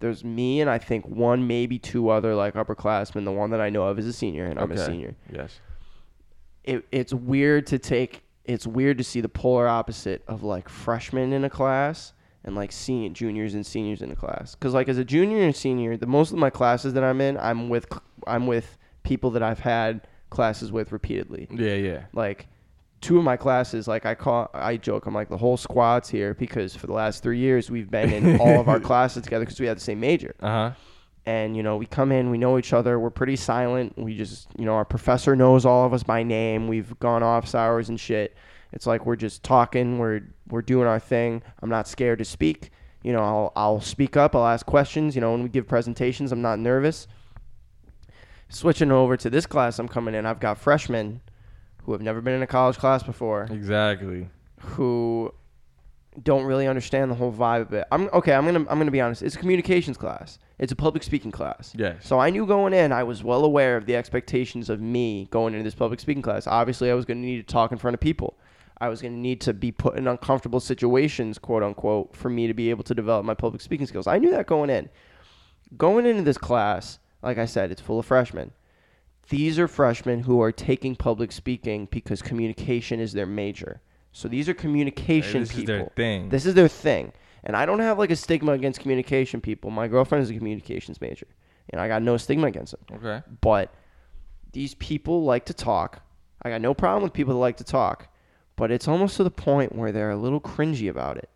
There's me and I think one maybe two other like upperclassmen. The one that I know of is a senior and I'm a
Okay.
senior.
Yes.
it, it's weird to take it's weird to see the polar opposite of like freshmen in a class and like seeing juniors and seniors in a class because like as a junior and senior the most of my classes that i'm in i'm with cl- i'm with people that i've had classes with repeatedly
Yeah, yeah.
like two of my classes like i call i joke i'm like the whole squad's here because for the last three years we've been in all of our classes together because we had the same major
Uh huh.
and you know we come in we know each other we're pretty silent we just you know our professor knows all of us by name we've gone office hours and shit it's like we're just talking we're we're doing our thing i'm not scared to speak you know i'll, I'll speak up i'll ask questions you know when we give presentations i'm not nervous switching over to this class i'm coming in i've got freshmen who have never been in a college class before
Exactly.
who don't really understand the whole vibe of it. I'm okay. I'm gonna I'm gonna be honest. It's a communications class. It's a public speaking class.
Yes.
So I knew going in, I was well aware of the expectations of me going into this public speaking class. Obviously, I was gonna need to talk in front of people. I was gonna need to be put in uncomfortable situations, quote unquote, for me to be able to develop my public speaking skills. I knew that going in. Going into this class, like I said, it's full of freshmen. These are freshmen who are taking public speaking because communication is their major. So these are communication
this
people.
is their thing.
This is their thing. And I don't have like a stigma against communication people. My girlfriend is a communications major, and I got no stigma against them
Okay.
but these people like to talk. I got no problem with people that like to talk, but it's almost to the point where they're a little cringy about it,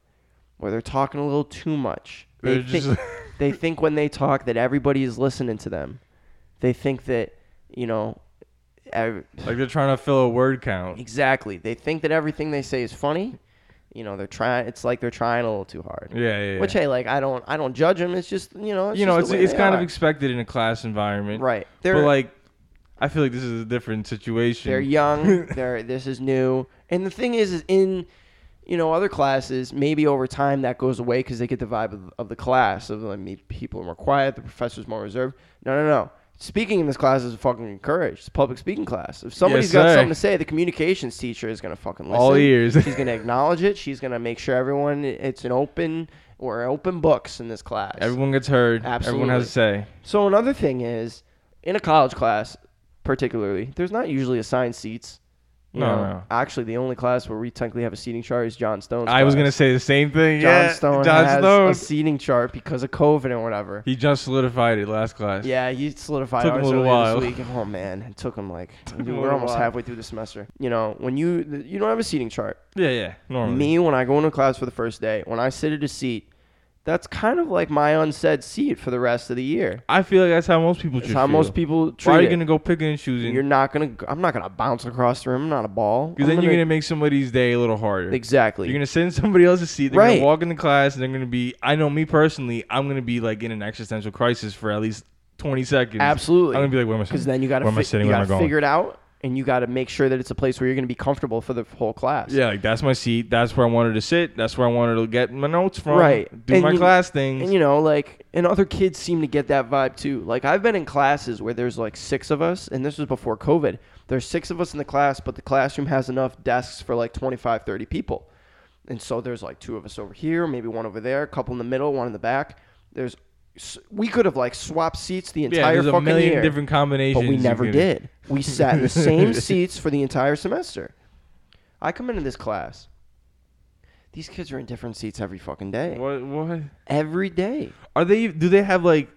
where they're talking a little too much. They
They're
think,
just-
they think when they talk that everybody is listening to them. They think that, you know, ev-
Like they're trying to fill a word count.
exactly. They think that everything they say is funny. You know, they're trying. It's like they're trying a little too hard.
Yeah, yeah. yeah.
Which hey, like I don't, I don't judge them. It's just you know, it's
you know,
just
it's
the way
it's
they
kind of
are.
expected in a class environment.
Right.
but
They're-
like, I feel like this is a different situation.
They're young. they're this is new. And the thing is, is in you know other classes, maybe over time that goes away because they get the vibe of, of the class. Of like, maybe people are more quiet, the professor's more reserved. No, no, no. Speaking in this class is fucking encouraged. It's a public speaking class. If somebody's
Yes,
got
sir.
something to say, the communications teacher is gonna fucking listen.
All ears.
She's gonna acknowledge it. She's gonna make sure everyone it's an open We're open books in this class.
Everyone gets heard. Everyone has a say.
So another thing is, in a college class, particularly, there's not usually assigned seats. You
No,
know,
no.
Actually, the only class where we technically have a seating chart is John Stone's.
I was
class.
gonna say the same thing.
John
yeah,
Stone
John
has
Stone.
a seating chart because of COVID or whatever.
he just solidified it last class.
Yeah, he solidified
Took him
ours
a little
earlier this
while.
week. Oh man, it took him like
him a
we're
little
almost
while.
halfway through the semester. You know, when you you don't have a seating chart.
yeah, yeah. Normally,
Me, when I go into class for the first day, when I sit at a seat, that's kind of like my unsaid seat for the rest of the year.
I feel like that's how most people.
It's
should
how
feel.
most people treat
Why are you
it.
gonna go picking and choosing?
You're not gonna. I'm not gonna bounce across the room. I'm not a ball.
Because
I'm
then you're gonna make somebody's day a little harder.
exactly.
You're gonna send somebody else a seat. They're
Right.
gonna walk into class and they're gonna be. I know me personally. I'm gonna be like in an existential crisis for at least 20 seconds.
Absolutely.
I'm gonna be like, where am I?
because
sitting?
then you gotta
Where am I
fi-
sitting?
you
Where am I
gotta
going?
figure it out, and you gotta make sure that it's a place where you're gonna be comfortable for the whole class.
Yeah, like that's my seat. That's where I wanted to sit. That's where I wanted to get my notes from.
Right.
Do
And
my
you-
class things.
And you know, like, and other kids seem to get that vibe too. Like, I've been in classes where there's like six of us, and this was before COVID. There's six of us in the class, but the classroom has enough desks for like 25, 30 people. And so there's like two of us over here, maybe one over there, a couple in the middle, one in the back. There's, s- we could have like swapped seats the
yeah,
entire
there's a
fucking
million
year,
different combinations.
but we
you
never
could-
did. We sat in the same seats for the entire semester. I come into this class. These kids are in different seats every fucking day.
What? What?
Every day.
Are they? Do they have like,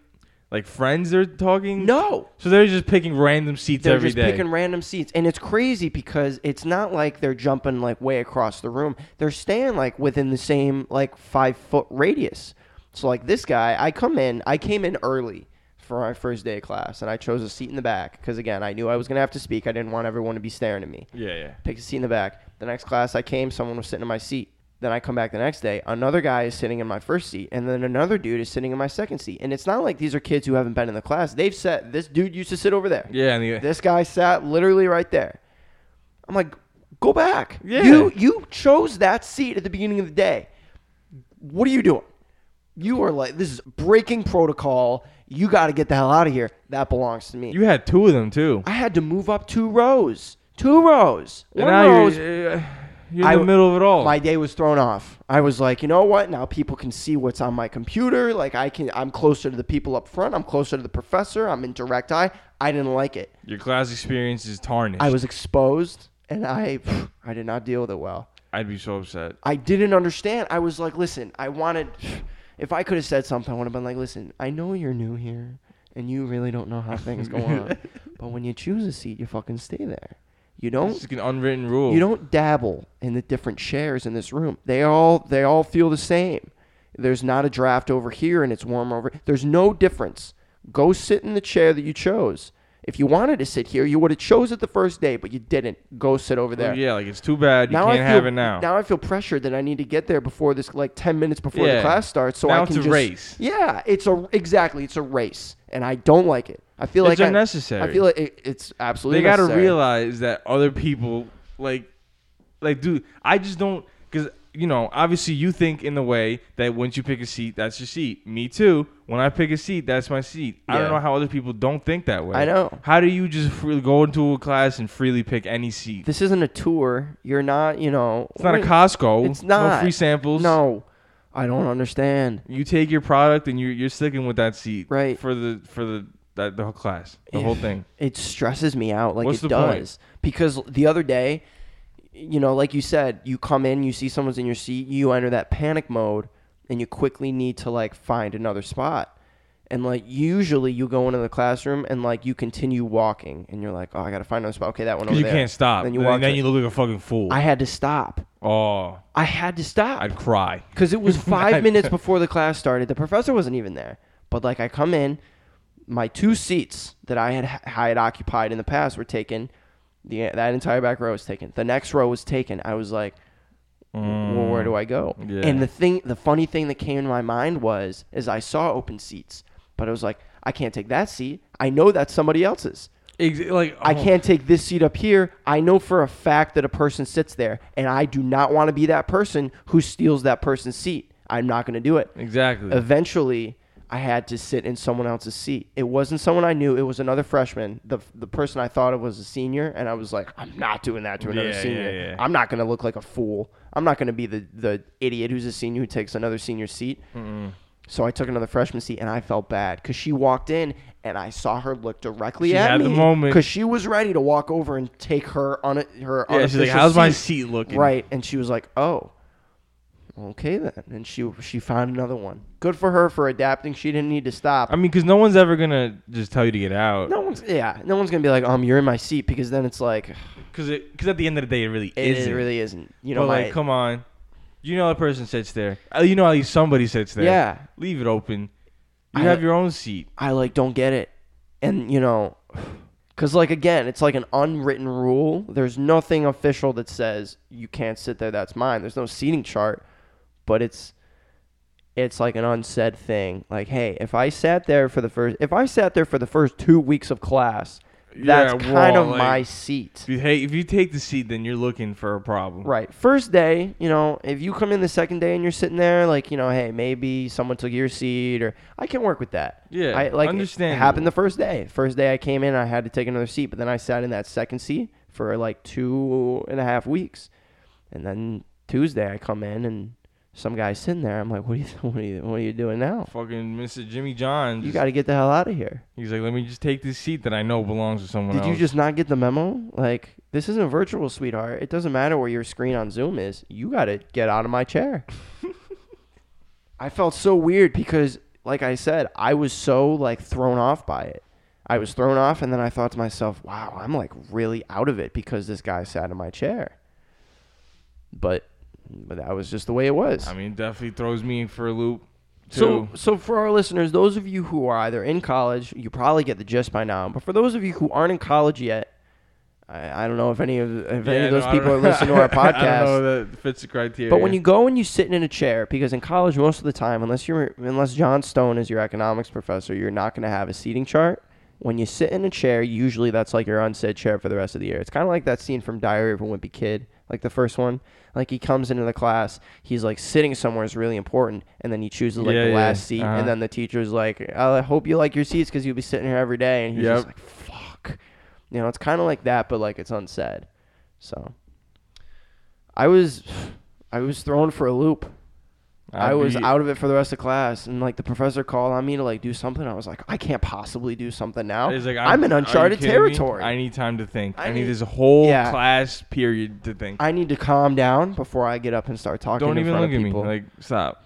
like friends? They're talking.
No.
So they're just picking random seats
They're
every
just
day.
picking random seats. And it's crazy because it's not like they're jumping like way across the room. They're staying like within the same like five foot radius. So like this guy, I come in, I came in early for my first day of class and I chose a seat in the back because again, I knew I was gonna have to speak. I didn't want everyone to be staring at me.
yeah, yeah.
Picked a seat in the back. The next class I came, someone was sitting in my seat. Then I come back the next day, another guy is sitting in my first seat, and then another dude is sitting in my second seat. And it's not like these are kids who haven't been in the class. They've said this dude used to sit over there.
Yeah, and the,
This guy sat literally right there. I'm like, go back.
Yeah.
You you chose that seat at the beginning of the day. What are you doing? You are like this is breaking protocol. You got to get the hell out of here. That belongs to me.
you had two of them too.
I had to move up two rows. Two rows.
And
One
now
rows.
you're, uh, you're in
I-
the middle of it all.
My day was thrown off. I was like, you know what? Now people can see what's on my computer. Like I can I'm closer to the people up front. I'm closer to the professor. I'm in direct eye. I didn't like it.
Your class experience is tarnished.
I was exposed and I I did not deal with it well.
I'd be so upset.
I didn't understand. I was like, listen, I wanted if I could have said something, I would have been like, listen, I know you're new here and you really don't know how things go on. But when you choose a seat, you fucking stay there. You
It's
don't
just an unwritten rule.
you don't dabble in the different chairs in this room. They all they all feel the same. There's not a draft over here and it's warm over. There's no difference. Go sit in the chair that you chose. If you wanted to sit here, you would have chose it the first day, but you didn't. Go sit over there.
Yeah, like it's too bad. You
Now
can't
I feel,
have it now.
I feel pressured that I need to get there before this, like ten minutes before
Yeah.
the class starts, so
Now
I
it's
can
a
just.
race.
Yeah, it's a exactly. It's a race, and I don't like it. I feel
It's
like I-
unnecessary.
I feel like it, it's absolutely.
they got to
necessary.
realize that other people like like dude i just don't because you know obviously you think in the way that once you pick a seat that's your seat me too when i pick a seat that's my seat i
Yeah.
don't know how other people don't think that way
I know.
how do you just free- go into a class and freely pick any seat
This isn't a tour. You're not. You know.
it's not a costco
It's not
no free samples
No, I don't understand.
you take your product and you're, you're sticking with that seat
Right.
for the for the that, the whole class the whole thing
It stresses me out like
What's
it
the
does.
point?
Because the other day, you know, like you said, you come in, you see someone's in your seat, you enter that panic mode, and you quickly need to like find another spot. And like usually you go into the classroom and like you continue walking and you're like, Oh, I gotta find another spot. Okay, that one over
because you
there.
can't stop
Then
and
you walk
then
to-
you look like a fucking fool
I had to stop.
oh
I had to stop.
i'd cry
because it was
Right.
five minutes before the class started. The professor wasn't even there, but like I come in, my two seats that I had I had occupied in the past were taken. The that entire back row was taken. The next row was taken. I was like, well, where do I go?
yeah.
And the thing, the funny thing that came to my mind was, is I saw open seats, but I was like, I can't take that seat. I know that's somebody else's.
Ex- like
I
oh.
can't take this seat up here. I know for a fact that a person sits there, and I do not want to be that person who steals that person's seat. I'm not going to do it.
Exactly.
Eventually, I had to sit in someone else's seat. It wasn't someone I knew. It was another freshman. The, the person I thought it was a senior, and I was like, I'm not doing that to another
Yeah, yeah,
senior.
yeah.
I'm not going to look like a fool. I'm not going to be the, the idiot who's a senior who takes another senior seat. So I took another freshman seat, and I felt bad because she walked in, and I saw her look directly
She
at
had
me
the moment.
because she was ready to walk over and take her on her.
Yeah, she's like,
unofficial
"How's my seat looking?"
Right, and she was like, "Oh, okay then." And she she found another one. Good for her for adapting. She didn't need to stop.
I mean, because no one's ever gonna just tell you to get out.
no one's yeah. No one's gonna be like, "Um, you're in my seat," because then it's like
because because at the end of the day, it really
it,
isn't.
really isn't. You know,
but
my,
like, come on, you know a person sits there. Uh, You know at least somebody sits there.
Yeah.
leave it open. You
I-
have your own seat.
I like don't get it. And you know, cuz like again, it's like an unwritten rule. There's nothing official that says you can't sit there, that's mine. There's no seating chart, but it's it's like an unsaid thing. Like, hey, if I sat there for the first if I sat there for the first 2 weeks of class, that's
Yeah,
kind
well,
of
like-
my seat.
If you, hey, if you take the seat, then you're looking for a problem.
Right. First day, you know, if you come in the second day and you're sitting there, like, you know, hey, maybe someone took your seat or I can work with that.
Yeah,
I like it
understandable.
happened the first day. First day I came in, I had to take another seat, but then I sat in that second seat for like two and a half weeks. And then Tuesday I come in and some guy's sitting there. I'm like, What are you what are you what are you doing now?
Fucking Mr. Jimmy John.
You
just-
gotta get the hell out of here.
he's like, let me just take this seat that I know belongs to someone
Did
else.
you just not get the memo? Like, this isn't virtual, sweetheart. It doesn't matter where your screen on Zoom is. You got to get out of my chair. I felt so weird because, like I said, I was so like thrown off by it. I was thrown off, and then I thought to myself, "Wow, I'm like really out of it because this guy sat in my chair." But, but that was just the way it was.
I mean, it definitely throws me for a loop.
So,
Too.
so for our listeners, those of you who are either in college, you probably get the gist by now. But for those of you who aren't in college yet, I, I don't know if any of if any
Yeah,
of those
no, I
people are
don't-
listening to our podcast.
I don't know if that fits the criteria.
But when you go and you sit in a chair, because in college most of the time, unless you're unless John Stone is your economics professor, you're not going to have a seating chart. When you sit in a chair, usually that's like your unsaid chair for the rest of the year. It's kind of like that scene from Diary of a Wimpy Kid, like the first one. Like he comes into the class, he's like sitting somewhere is really important, and then he chooses like
Yeah,
the
yeah,
last seat,
uh-huh.
and then the teacher's like, "I hope you like your seats because you'll be sitting here every day," and he's
Yep.
just like, "Fuck," you know. It's kind of like that, but like it's unsaid. So I was I was thrown for a loop. I,
I'd
was
be-
out of it for the rest of class, and like the professor called on me to like do something. I was like, I can't possibly do something now.
It's like,
I'm, in
are you
uncharted
kidding me?
territory.
I need time to think. I,
I
need,
need-
this whole
Yeah.
class period to think.
I need to calm down before I get up and start talking.
Don't
in
even
front
look
of
at me.
people.
Like, stop.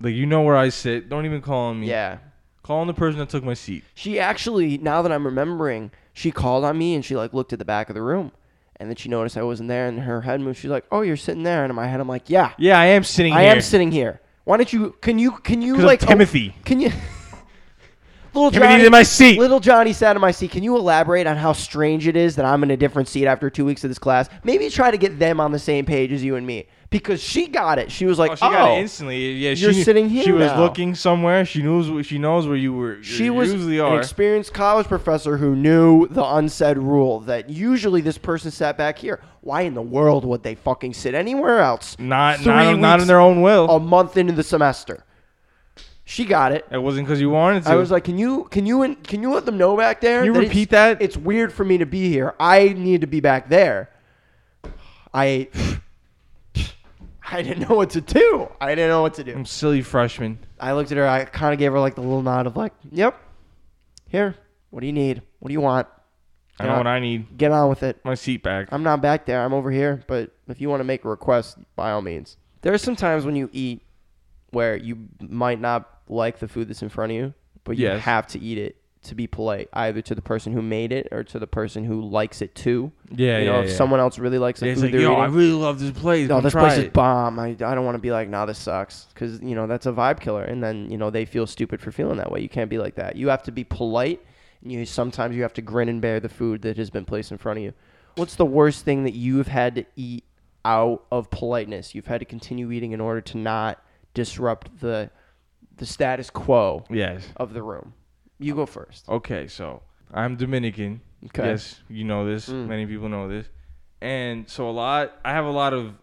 Like, you know where I sit. Don't even call on me.
yeah,
Call on the person that took my seat.
she actually. Now that I'm remembering, she called on me and she like looked at the back of the room, and then she noticed I wasn't there, and her head moved. She's like, "Oh, you're sitting there," and in my head, I'm like, "Yeah,
Yeah, I am sitting
I
here.
am sitting here. Why don't you? Can you? Can you
'Cause I'm
like oh,
Timothy.
can you? little
Timothy's in my seat.
Little Johnny sat in my seat. Can you elaborate on how strange it is that I'm in a different seat after two weeks of this class? Maybe try to get them on the same page as you and me because she got it. She was like,
Oh,
"Oh,
she got it instantly. Yeah, she
you're
knew-
sitting here
She was
now.
looking somewhere. She knows. She knows where you were.
She
you
was
usually
an
are.
experienced college professor who knew the unsaid rule that usually this person sat back here. Why in the world would they fucking sit anywhere else?
not
Three
not, not
weeks Oh.
in their own will.
a month into the semester. She got it.
It wasn't because you wanted to.
I was like, "Can you can you can you let them know back there?
Can you
that it's-
repeat that?
It's weird for me to be here. I need to be back there. I I didn't know what to do. I didn't know what to do.
I'm silly freshman.
I looked at her. I kind of gave her like the little nod of like, "Yep, here. What do you need? What do you want?
I know
Yeah.
what I need.
Get on with it.
My seat back.
I'm not back there. I'm over here. But if you want to make a request, by all means. There are some times when you eat where you might not like the food that's in front of you, but you
Yes.
have to eat it to be polite, either to the person who made it or to the person who likes it too.
Yeah,
you know,
yeah,
if
yeah.
someone else really likes the
it's
food
like,
they're
yo, I
eating,
really love this place.
no,
Come
this
try
place is
it."
bomb. I, I don't want to be like, nah, this sucks. Because, you know, that's a vibe killer. And then, you know, they feel stupid for feeling that way. You can't be like that. You have to be polite. And you sometimes you have to grin and bear the food that has been placed in front of you. What's the worst thing that you've had to eat out of politeness? You've had to continue eating in order to not disrupt the the status quo
Yes.
of the room. You go first.
Okay, so I'm Dominican.
Okay. Mm.
Yes, you know this. Many people know this. And so a lot I have a lot of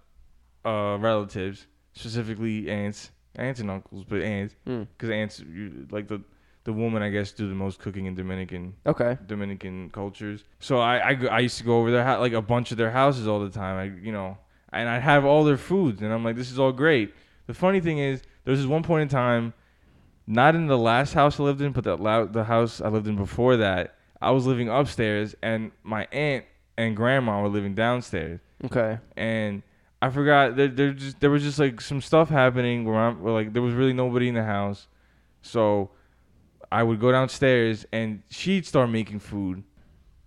uh relatives, specifically aunts aunts and uncles, but aunts,
Mm.
because aunts you- like the the woman I guess do the most cooking in Dominican
Okay.
Dominican cultures. So I, I, go- I used to go over their hou- like a bunch of their houses all the time. I you know, and I'd have all their foods, and I'm like, this is all great. The funny thing is, there was this one point in time, not in the last house I lived in, but that lou- the house I lived in before that, I was living upstairs, and my aunt and grandma were living downstairs
Okay.
and I forgot there there just there was just like some stuff happening where I'm where like there was really nobody in the house, so I would go downstairs and she'd start making food,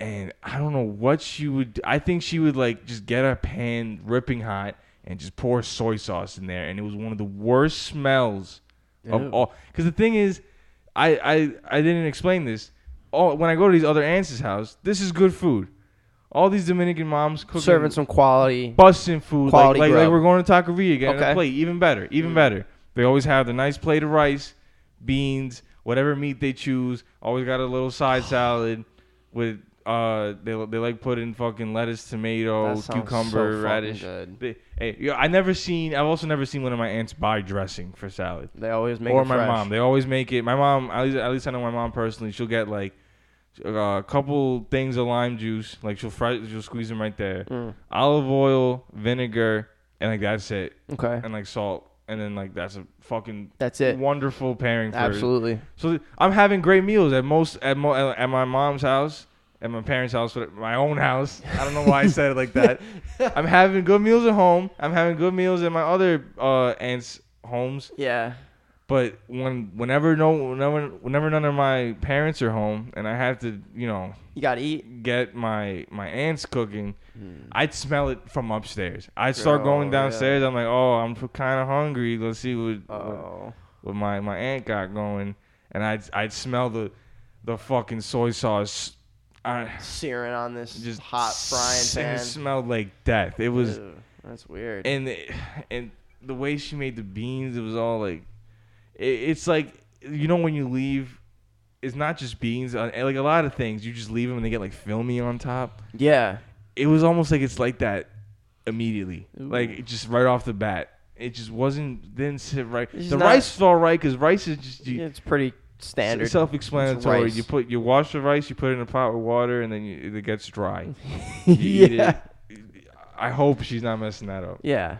and I don't know what she would. do. I think she would like just get a pan ripping hot and just pour soy sauce in there, and it was one of the worst smells
Ew.
of all. Because the thing is, I I I didn't explain this. All when I go to these other aunts' house, this is good food. All these Dominican moms cooking
Serving some quality.
busting food. Like,
Quality
like,
grub.
like we're going to taqueria, getting
Okay. Mm.
a plate, even better, even better. They always have the nice plate of rice, beans, whatever meat they choose. Always got a little side salad with uh they they like putting fucking lettuce,
That
tomato,
sounds so
cucumber,
fucking
radish.
good.
They- hey, yo, I never seen I've also never seen one of my aunts buy dressing for salad
They always make
or
it
my
fresh.
mom. They always make it. My mom, at least, at least I know my mom personally. She'll get like uh, a couple things of lime juice. Like she'll fry, she'll squeeze them right there.
Mm.
Olive oil, vinegar, and like that's it.
Okay.
And like salt, and then like that's a fucking
That's it.
Wonderful pairing. For,
Absolutely.
So th- I'm having great meals at most at mo- at my mom's house. At my parents' house, but at my own house. I don't know why I said it like that. I'm having good meals at home. I'm having good meals at my other uh, aunts' homes.
Yeah.
But when whenever no whenever whenever none of my parents are home and I have to you know
You gotta eat.
get my my aunt's cooking, I'd smell it from upstairs. I'd start going
Hmm. Oh,
downstairs. I'm like, oh, I'm kind of hungry. Let's see what, what
Oh.
what my my aunt got going, and I'd I'd smell the the fucking soy sauce. I
Searing on this
just
hot frying
s-
pan.
It smelled like death. It was
Ew, that's weird.
and the- and the way she made the beans, it was all like, it, it's like you know when you leave, it's not just beans. uh, Like a lot of things, you just leave them and they get like filmy on top.
yeah.
It was almost like it's like that immediately, like it just right off the bat. It just wasn't didn't sit right.
It's
the
not-
rice is all right because rice is just you,
It's pretty standard.
self-explanatory.
It's rice.
You put you wash the rice, you put it in a pot with water, and then you, it gets dry. You eat it.
Yeah.
I hope she's not messing that up.
yeah.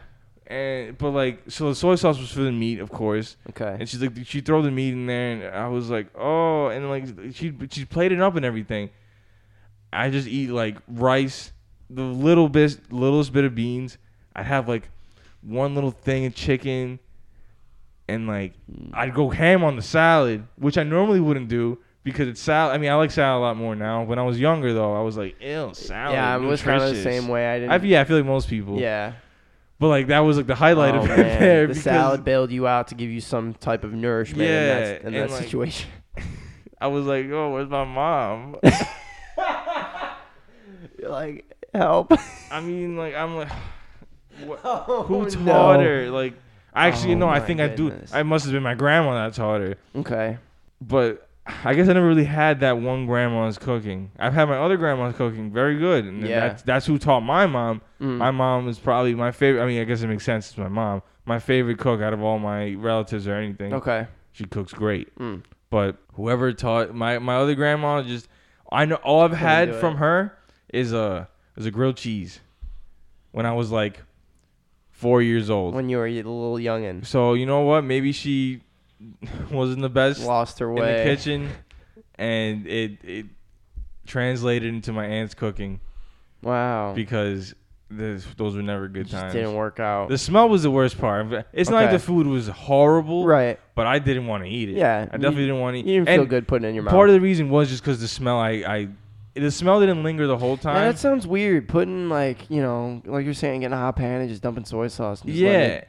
And but like so the soy sauce was for the meat, of course.
Okay.
And she's like she throw the meat in there and I was like, "Oh." And like she she played it up and everything. I just eat like rice, the little bit littlest bit of beans. I'd have like one little thing of chicken and like
Mm.
I'd go ham on the salad, which I normally wouldn't do. Because it's salad. I mean, I like salad a lot more now. When I was younger, though, I was like, "Ew, salad."
yeah, I was kind of the same way. I didn't.
I, yeah, I feel like most people.
yeah.
But like that was like the highlight
Oh,
of
man.
it there.
the
because
salad bailed you out to give you some type of nourishment
Yeah,
in that, in
and
that
like-
situation.
I was like, oh, where's my mom?
You're like, help.
I mean, like I'm like, what,
Oh,
who taught
no.
her? Like, I actually
Oh,
no, I
my
think
goodness.
I do. I must have been my grandma that taught her.
Okay.
But I guess I never really had that one grandma's cooking. I've had my other grandma's cooking, very good, and
Yeah.
that's that's who taught my mom.
Mm.
My mom is probably my favorite. I mean, I guess it makes sense. It's my mom, my favorite cook out of all my relatives or anything.
Okay.
She cooks great.
Mm.
But whoever taught my my other grandma just I know all I've
do
had
it.
from her is a is a grilled cheese when I was like four years old.
When you were a little youngin',
so you know what? Maybe she wasn't the best
lost her
in
way.
the kitchen, and it it translated into my aunt's cooking
Wow.
because this, those were never good
It just
times.
didn't work out.
The smell was the worst part. It's not like
Okay.
the food was horrible,
right.
But I didn't want to eat it.
Yeah,
I
you-
definitely didn't want to
You
eat.
didn't
and
feel good putting it in your mouth.
Part of the reason was just because the smell. I, I, the smell didn't linger the whole
Yeah,
time.
that sounds weird. Putting like you know, like you're saying, getting a hot pan and just dumping soy sauce. And just
Yeah,
letting it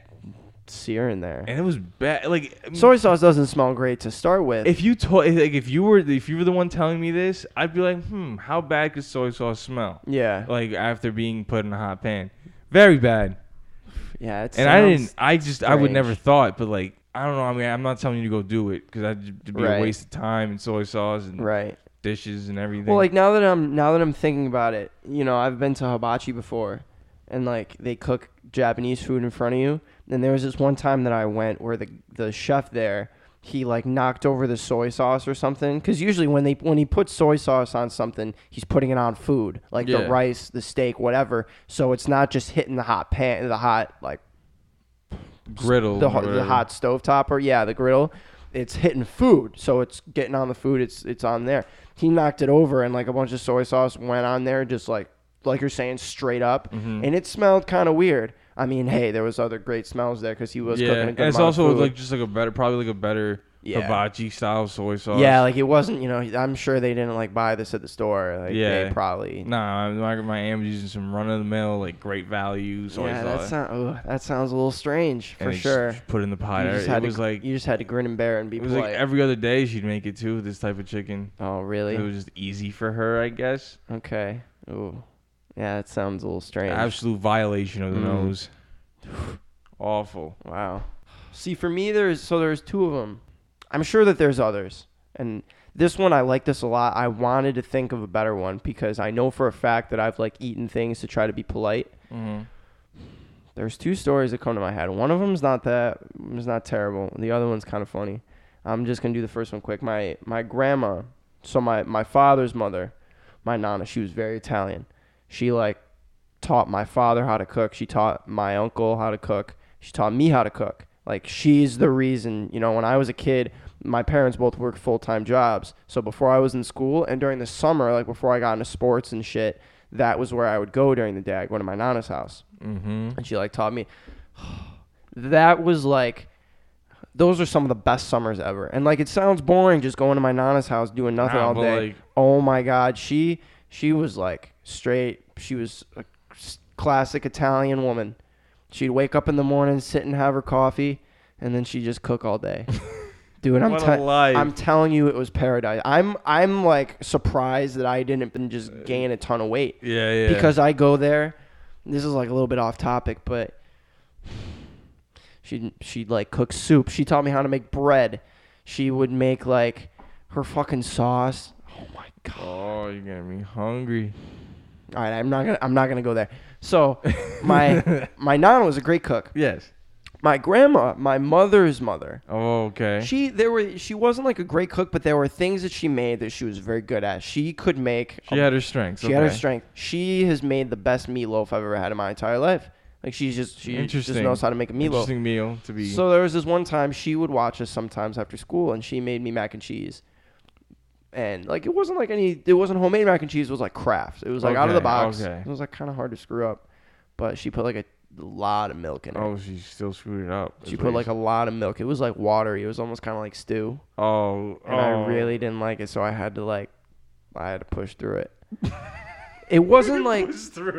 sear in there.
and it was bad. Like I mean,
soy sauce doesn't smell great to start with.
If you told, like, if you were, if you were the one telling me this, I'd be like, hmm, how bad could soy sauce smell?
yeah,
Like after being put in a hot pan, very bad.
yeah. It
And I
sounds-
didn't. I just, I would never
strange.
thought, but like, I don't know. I mean, I'm not telling you to go do it because that'd be
Right.
a waste of time and soy sauce and
Right.
dishes and everything.
Well, like now that I'm now that I'm thinking about it, you know, I've been to hibachi before, and like they cook Japanese food in front of you. And there was this one time that I went where the the chef there he like knocked over the soy sauce or something because usually when they when he puts soy sauce on something he's putting it on food like the
Yeah.
rice the steak whatever so it's not just hitting the hot pan the hot like
griddle.
the,
or
ho- the
whatever.
hot stove topper, yeah, the grill. It's hitting food, so it's getting on the food. It's it's on there. He knocked it over, and like a bunch of soy sauce went on there, just like like you're saying, straight up,
Mm-hmm.
and it smelled kind of weird. I mean, hey, there was other great smells there because he was
Yeah,
cooking a
and
good
it's
amount
also
of food.
like just like a better, probably like a better
Yeah.
hibachi style soy sauce.
yeah, like it wasn't. You know, I'm sure they didn't like buy this at the store. Like
Yeah.
they probably.
Nah, my my am using some run of the mill like great value soy
yeah, that
sauce.
sounds that sounds a little strange for
And they just-
sure.
just put it in the pie.
you just
It
had
was
to,
like
you
it
just had to grin and bear and be
was
polite.
like every other day she'd make it too. This type of chicken.
oh, really?
It was just easy for her, I guess.
Okay. Ooh. Yeah, that sounds a little strange.
Absolute violation of the
Mm.
nose. Awful.
Wow. See, for me, there's so there's two of them. I'm sure that there's others, and this one I like this a lot. I wanted to think of a better one because I know for a fact that I've like eaten things to try to be polite.
Mhm.
There's two stories that come to my head. One of them's not that is not terrible. The other one's kind of funny. I'm just gonna do the first one quick. My my grandma, so my my father's mother, my nana, she was very Italian. She like taught my father how to cook. She taught my uncle how to cook. She taught me how to cook. Like she's the reason, you know, when I was a kid, my parents both worked full-time jobs. So before I was in school and during the summer, like before I got into sports and shit, that was where I would go during the day. I'd go to my nana's house
Mhm.
and she like taught me that was like those are some of the best summers ever and like it sounds boring just going to my nana's house doing nothing
Nah,
all
but,
day
like-
oh my god she she was like straight she was a s- classic italian woman she'd wake up in the morning sit and have her coffee and then she'd just cook all day dude i'm
What a
tell-
life.
i'm telling you it was paradise i'm i'm like surprised that i didn't
Uh,
just gain a ton of weight
Yeah, yeah.
because I go there. This is like a little bit off topic, but she she like cooks soup. She taught me how to make bread. She would make like her fucking sauce. Oh my god!
oh, you're getting me hungry.
All right, I'm not gonna I'm not gonna go there. So my my nana was a great cook.
Yes.
My grandma, my mother's mother,
Oh, okay.
she there were she wasn't like a great cook, but there were things that she made that she was very good at. She could make
She had her strengths.
She had her
okay.
strength. She has made the best meatloaf I've ever had in my entire life. Like she's just she just
Interesting.
knows how to make a meatloaf.
Interesting meal to be.
So there was this one time she would watch us sometimes after school, and she made me mac and cheese. And like it wasn't like any, it wasn't homemade mac and cheese. It was like craft. It was like out of the
Okay,
box.
okay.
It was like kind of hard to screw up, but she put like a lot of milk in it.
oh, she still screwed it up.
she put like a lot of milk. It was like watery. It was almost kind of like stew,
Oh,
and
oh.
I really didn't like it. So I had to like, I had to push through it. It wasn't like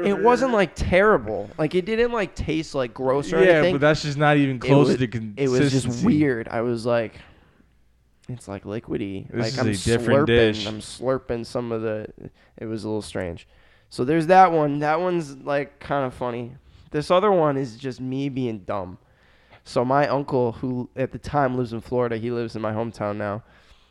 it wasn't like terrible. Like it didn't like taste like gross or
yeah,
anything.
but that's just not even
It
close
was-
to consistency.
It was just weird. I was like, it's like liquidy.
This
like I'm
is a different
slurping.
dish.
I'm slurping some of the. It was a little strange. So there's that one. That one's like kind of funny. This other one is just me being dumb. So my uncle, who at the time lives in Florida, he lives in my hometown now.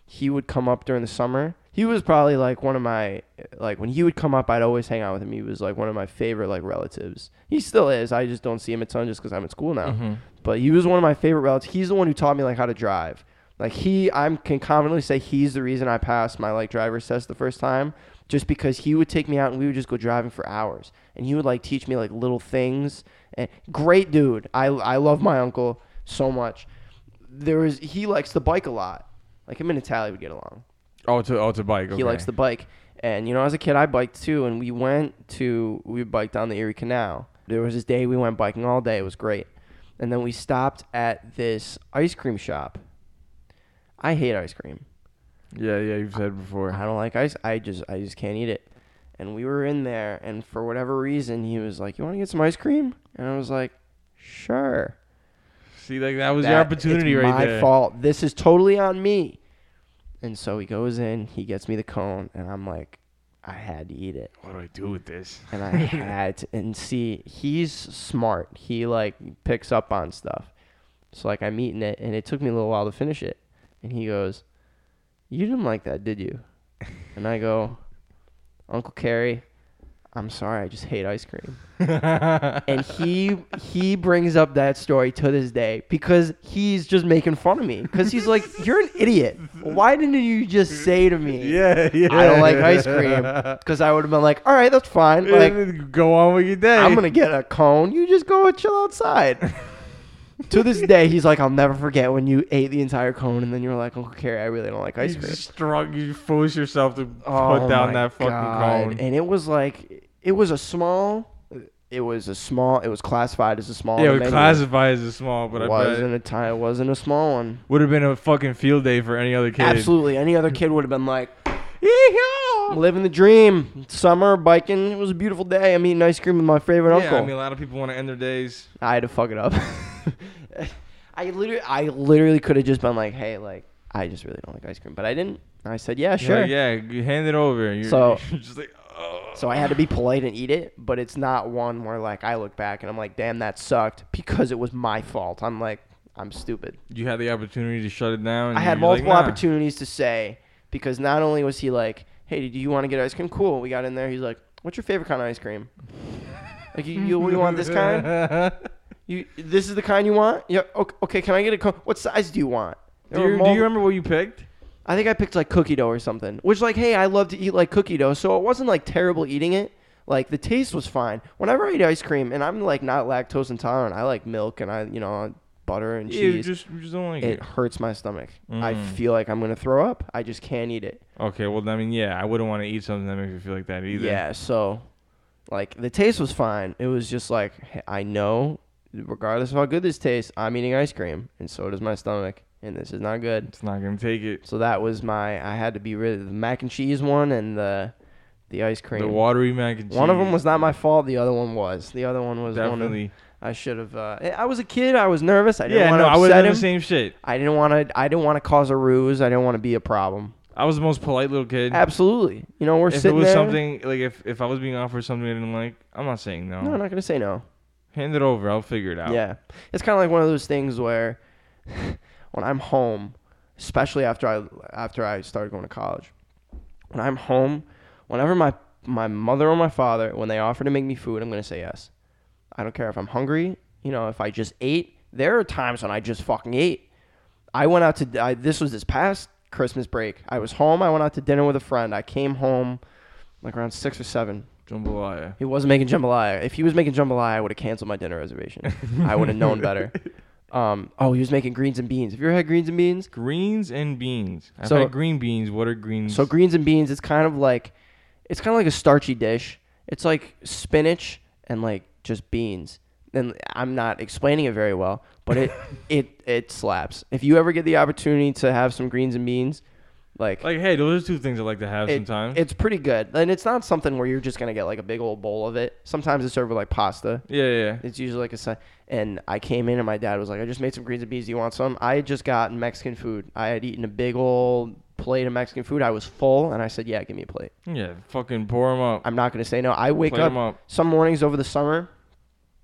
He would come up during the summer. He was probably like one of my like when he would come up, I'd always hang out with him. He was like one of my favorite like relatives. He still is. I just don't see him a ton just because I'm at school now.
Mm-hmm.
But he was one of my favorite relatives. He's the one who taught me like how to drive. Like he, I can confidently say he's the reason I passed my like driver's test the first time, just because he would take me out and we would just go driving for hours, and he would like teach me like little things. And great dude, I I love my uncle so much. There is he likes the bike a lot. Like him and Natalia would get along.
Oh, to oh to bike. Okay.
He likes the bike. And you know, as a kid, I biked too, and we went to we biked down the Erie Canal. There was this day we went biking all day. It was great, and then we stopped at this ice cream shop. I hate ice cream.
Yeah, yeah. You've said before.
I don't like ice. I just I just can't eat it. And we were in there, and for whatever reason, he was like, "You want to get some ice cream?" And I was like, "Sure."
See, like that was your
That-
opportunity
it's
right
my
there.
fault. This is totally on me. And so he goes in, he gets me the cone, and I'm like, I had to eat it.
What do I do with this?
And I had to, and see, he's smart. He like picks up on stuff. So like I'm eating it, and it took me a little while to finish it. And he goes, "You didn't like that, did you?" And I go, "Uncle Carrie, I'm sorry, I just hate ice cream. and he he brings up that story to this day because he's just making fun of me because he's like, "You're an idiot. Why didn't you just say to me,
yeah, yeah.
I don't like ice cream?" Because I would have been like, "All right, that's fine. Like,
Like, go on with your day.
I'm gonna get a cone. You just go and chill outside." to this day, he's like, "I'll never forget when you ate the entire cone and then you were like, Uncle Carrie, I really don't like ice
You
cream.'"
strung, you force yourself to
Oh
put down
my
that fucking
God.
cone.
And it was like it was a small it was a small it was classified as a small
yeah,
on
we
the menu.
classify as a small, but I bet
wasn't a ti- wasn't a small one.
would have been a fucking field day for any other kid.
Absolutely. Any other kid would have been like
Yeehaw!
living the dream. Summer biking. It was a beautiful day. I'm eating ice cream with my favorite
Yeah,
uncle.
I mean, a lot of people want to end their days.
I had to fuck it up. I literally I literally could have just been like, "Hey, like I just really don't like ice cream." But I didn't. I said, "Yeah,
You're
sure."
like, yeah, you hand it over. You're,
So-
you're just like, oh.
So I had to be polite and eat it, but it's not one where like I look back and I'm like, damn, that sucked because it was my fault. I'm like, I'm stupid.
you had the opportunity to shut it down. and
I had
you're like,
multiple
nah.
opportunities to say because not only was he like, hey, do you want to get ice cream? Cool. We got in there. He's like, what's your favorite kind of ice cream? Like you, you, you want this kind? You this is the kind you want? Yeah. Okay. okay, Can I get a? Co- what size do you want?
Do
There were
you, do you
multi-
remember what you picked?
I think I picked like cookie dough or something. Which like, hey, I love to eat like cookie dough, so it wasn't like terrible eating it. Like the taste was fine. Whenever I eat ice cream, and I'm like not lactose intolerant, I like milk and I you know butter and
Yeah, you
cheese.
just, you just don't like
it
it.
hurts my stomach. I
Mm.
feel like I'm gonna throw up. I just can't eat it.
Okay, well, I mean, yeah, I wouldn't want to eat something that makes me feel like that either.
Yeah, so like the taste was fine. It was just like hey, I know, regardless of how good this tastes, I'm eating ice cream, and so does my stomach, and this is not good.
It's not going to take it.
So that was my. I had to be rid of the mac and cheese one and the the ice cream.
The watery mac and cheese.
one of them was not my fault. The other one was. The other one was one of,
definitely.
I should have. Uh, I- I was a kid. I was nervous. I didn't
yeah,
want
no,
to
I would
upset
have done
him.
the same shit.
I didn't want to. I didn't want to cause a ruse. I didn't want to be a problem.
I was the most polite little kid.
Absolutely. You know, we're
if it
sitting
was
there.
something like if, if I was being offered something I didn't like, I'm not saying no.
no, I'm not gonna say no.
Hand it over. I'll figure it out.
Yeah, it's kind of like one of those things where when I'm home, especially after I after I started going to college, when I'm home, whenever my my mother or my father when they offer to make me food, I'm gonna say yes. I don't care if I'm hungry. You know, if I just ate. There are times when I just fucking ate. I went out to I, this was this past Christmas break. I was home. I went out to dinner with a friend. I came home like around six or seven.
Jambalaya.
He wasn't making jambalaya. If he was making jambalaya, I would have canceled my dinner reservation. I would have known better. Um, oh, he was making greens and beans. Have you ever had greens and beans?
Greens and beans. I've
So-
had green beans. What are greens?
So greens and beans, it's kind of like, it's kind of like a starchy dish. It's like spinach and like just beans. And I'm not explaining it very well, but it it it slaps. If you ever get the opportunity to have some greens and beans, like,
like, hey, those are two things I like to have
it-
sometimes.
it's pretty good. And it's not something where you're just gonna get like a big old bowl of it. Sometimes it's served with like pasta.
yeah, yeah.
It's usually like a side. And I came in and my dad was like, I just made some greens and beans. Do you want some? I had just gotten Mexican food. I had eaten a big old plate of Mexican food. I was full and I said, Yeah, give me a plate.
Yeah, fucking pour them up.
I'm not going to say no. I wake
Plate 'em
up,
up.
some mornings over the summer.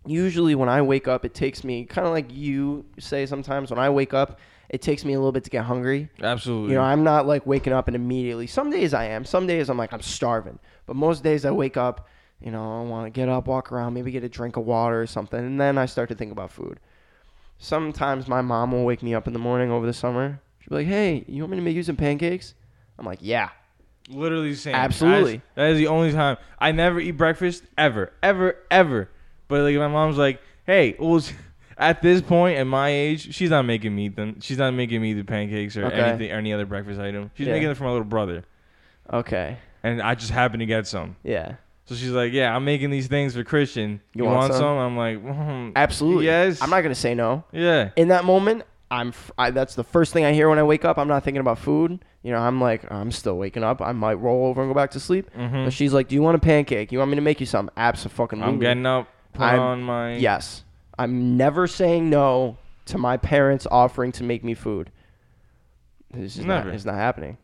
Usually when I wake up, it takes me kind of like you say sometimes when I wake up, it takes me a little bit to get hungry.
Absolutely.
You know, I'm not like waking up and immediately. Some days I am. Some days I'm like I'm starving. But most days I wake up, you know, I want to get up, walk around, maybe get a drink of water or something, and then I start to think about food. Sometimes my mom will wake me up in the morning over the summer. She'll be like, "Hey, you want me to make you some pancakes?" I'm like, "Yeah."
Literally the same.
Absolutely.
That is, that is the only time I never eat breakfast ever, ever, ever. But like my mom's like, hey, well, s- at this point at my age, she's not making me eat them. She's not making me the pancakes or
Okay.
anything or any other breakfast item. She's
Yeah.
making it for my little brother,
Okay.
and I just happened to get some.
Yeah.
So she's like, yeah, I'm making these things for Christian. You, want, some? I'm like, mm,
Absolutely.
Yes.
I'm not gonna say no.
Yeah.
in that moment, I'm f- I, that's the first thing I hear when I wake up. I'm not thinking about food. You know, I'm like I'm still waking up. I might roll over and go back to sleep. But she's like, "Do you want a pancake? You want me to make you some?" Absolutely.
Mm-hmm. I'm getting up, put
I'm-
on my
Yes. I'm never saying no to my parents offering to make me food. This is not
Never.
it's not happening.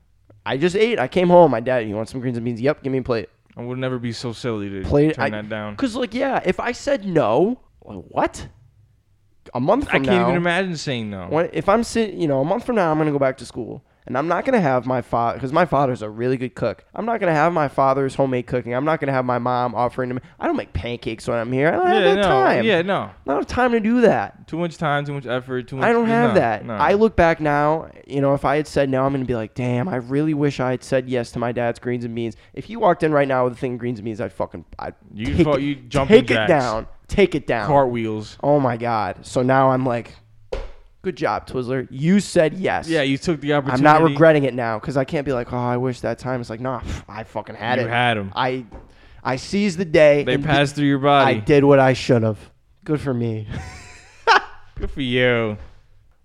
I just ate. I came home. My dad, you want some greens and beans? Yep, give me a plate.
I would never be so silly to
Plate.
turn
I,
that down.
Cause like yeah, if I said no, like, what? A month
I
from
can't
now,
even imagine saying no.
When, if I'm sitting, you know, a month from now, I'm gonna go back to school, And I'm not gonna have my father, because my father's a really good cook. I'm not gonna have my father's homemade cooking. I'm not gonna have my mom offering to. ma- I don't make pancakes when I'm here. I don't have
Yeah,
that
no.
time.
Yeah, no.
I don't have time to do that.
Too much time, too much effort, too much.
I don't have
no,
that.
no.
I look back now, you know, if I had said no, I'm going to be like, damn, I really wish I had said yes to my dad's greens and beans. If you walked in right now with a thing of greens and beans, I'd fucking, I'd
You
take,
fu-
it,
you jumping
take it
jacks.
down. Take it down.
cartwheels.
oh my God. So now I'm like, good job, Twizzler. You said yes.
Yeah, you took the opportunity.
I'm not regretting it now because I can't be like, oh, I wish that time. It's like, nah, pff, I fucking had
You
it.
had 'em.
I, I seized the day.
They
and
passed through your
I
body.
did what I should have. Good for me.
Good for you.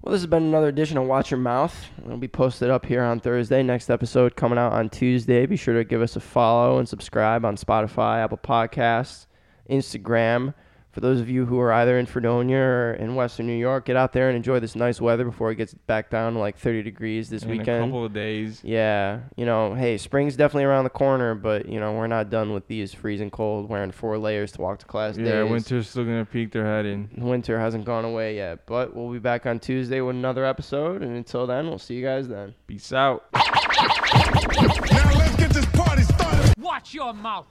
Well, this has been another edition of Watch Your Mouth. It'll be posted up here on Thursday. Next episode coming out on Tuesday. Be sure to give us a follow and subscribe on Spotify, Apple Podcasts, Instagram. For those of you who are either in Fredonia or in Western New York, get out there and enjoy this nice weather before it gets back down to like 30 degrees this
In a
weekend.
couple of days.
Yeah, you know, hey, spring's definitely around the corner, but you know we're not done with these freezing cold, wearing four layers to walk to class
Yeah,
days.
winter's still gonna peek their head in.
Winter hasn't gone away yet, but we'll be back on Tuesday with another episode. And until then, we'll see you guys then.
Peace out.
Now let's get this party started.
Watch your mouth.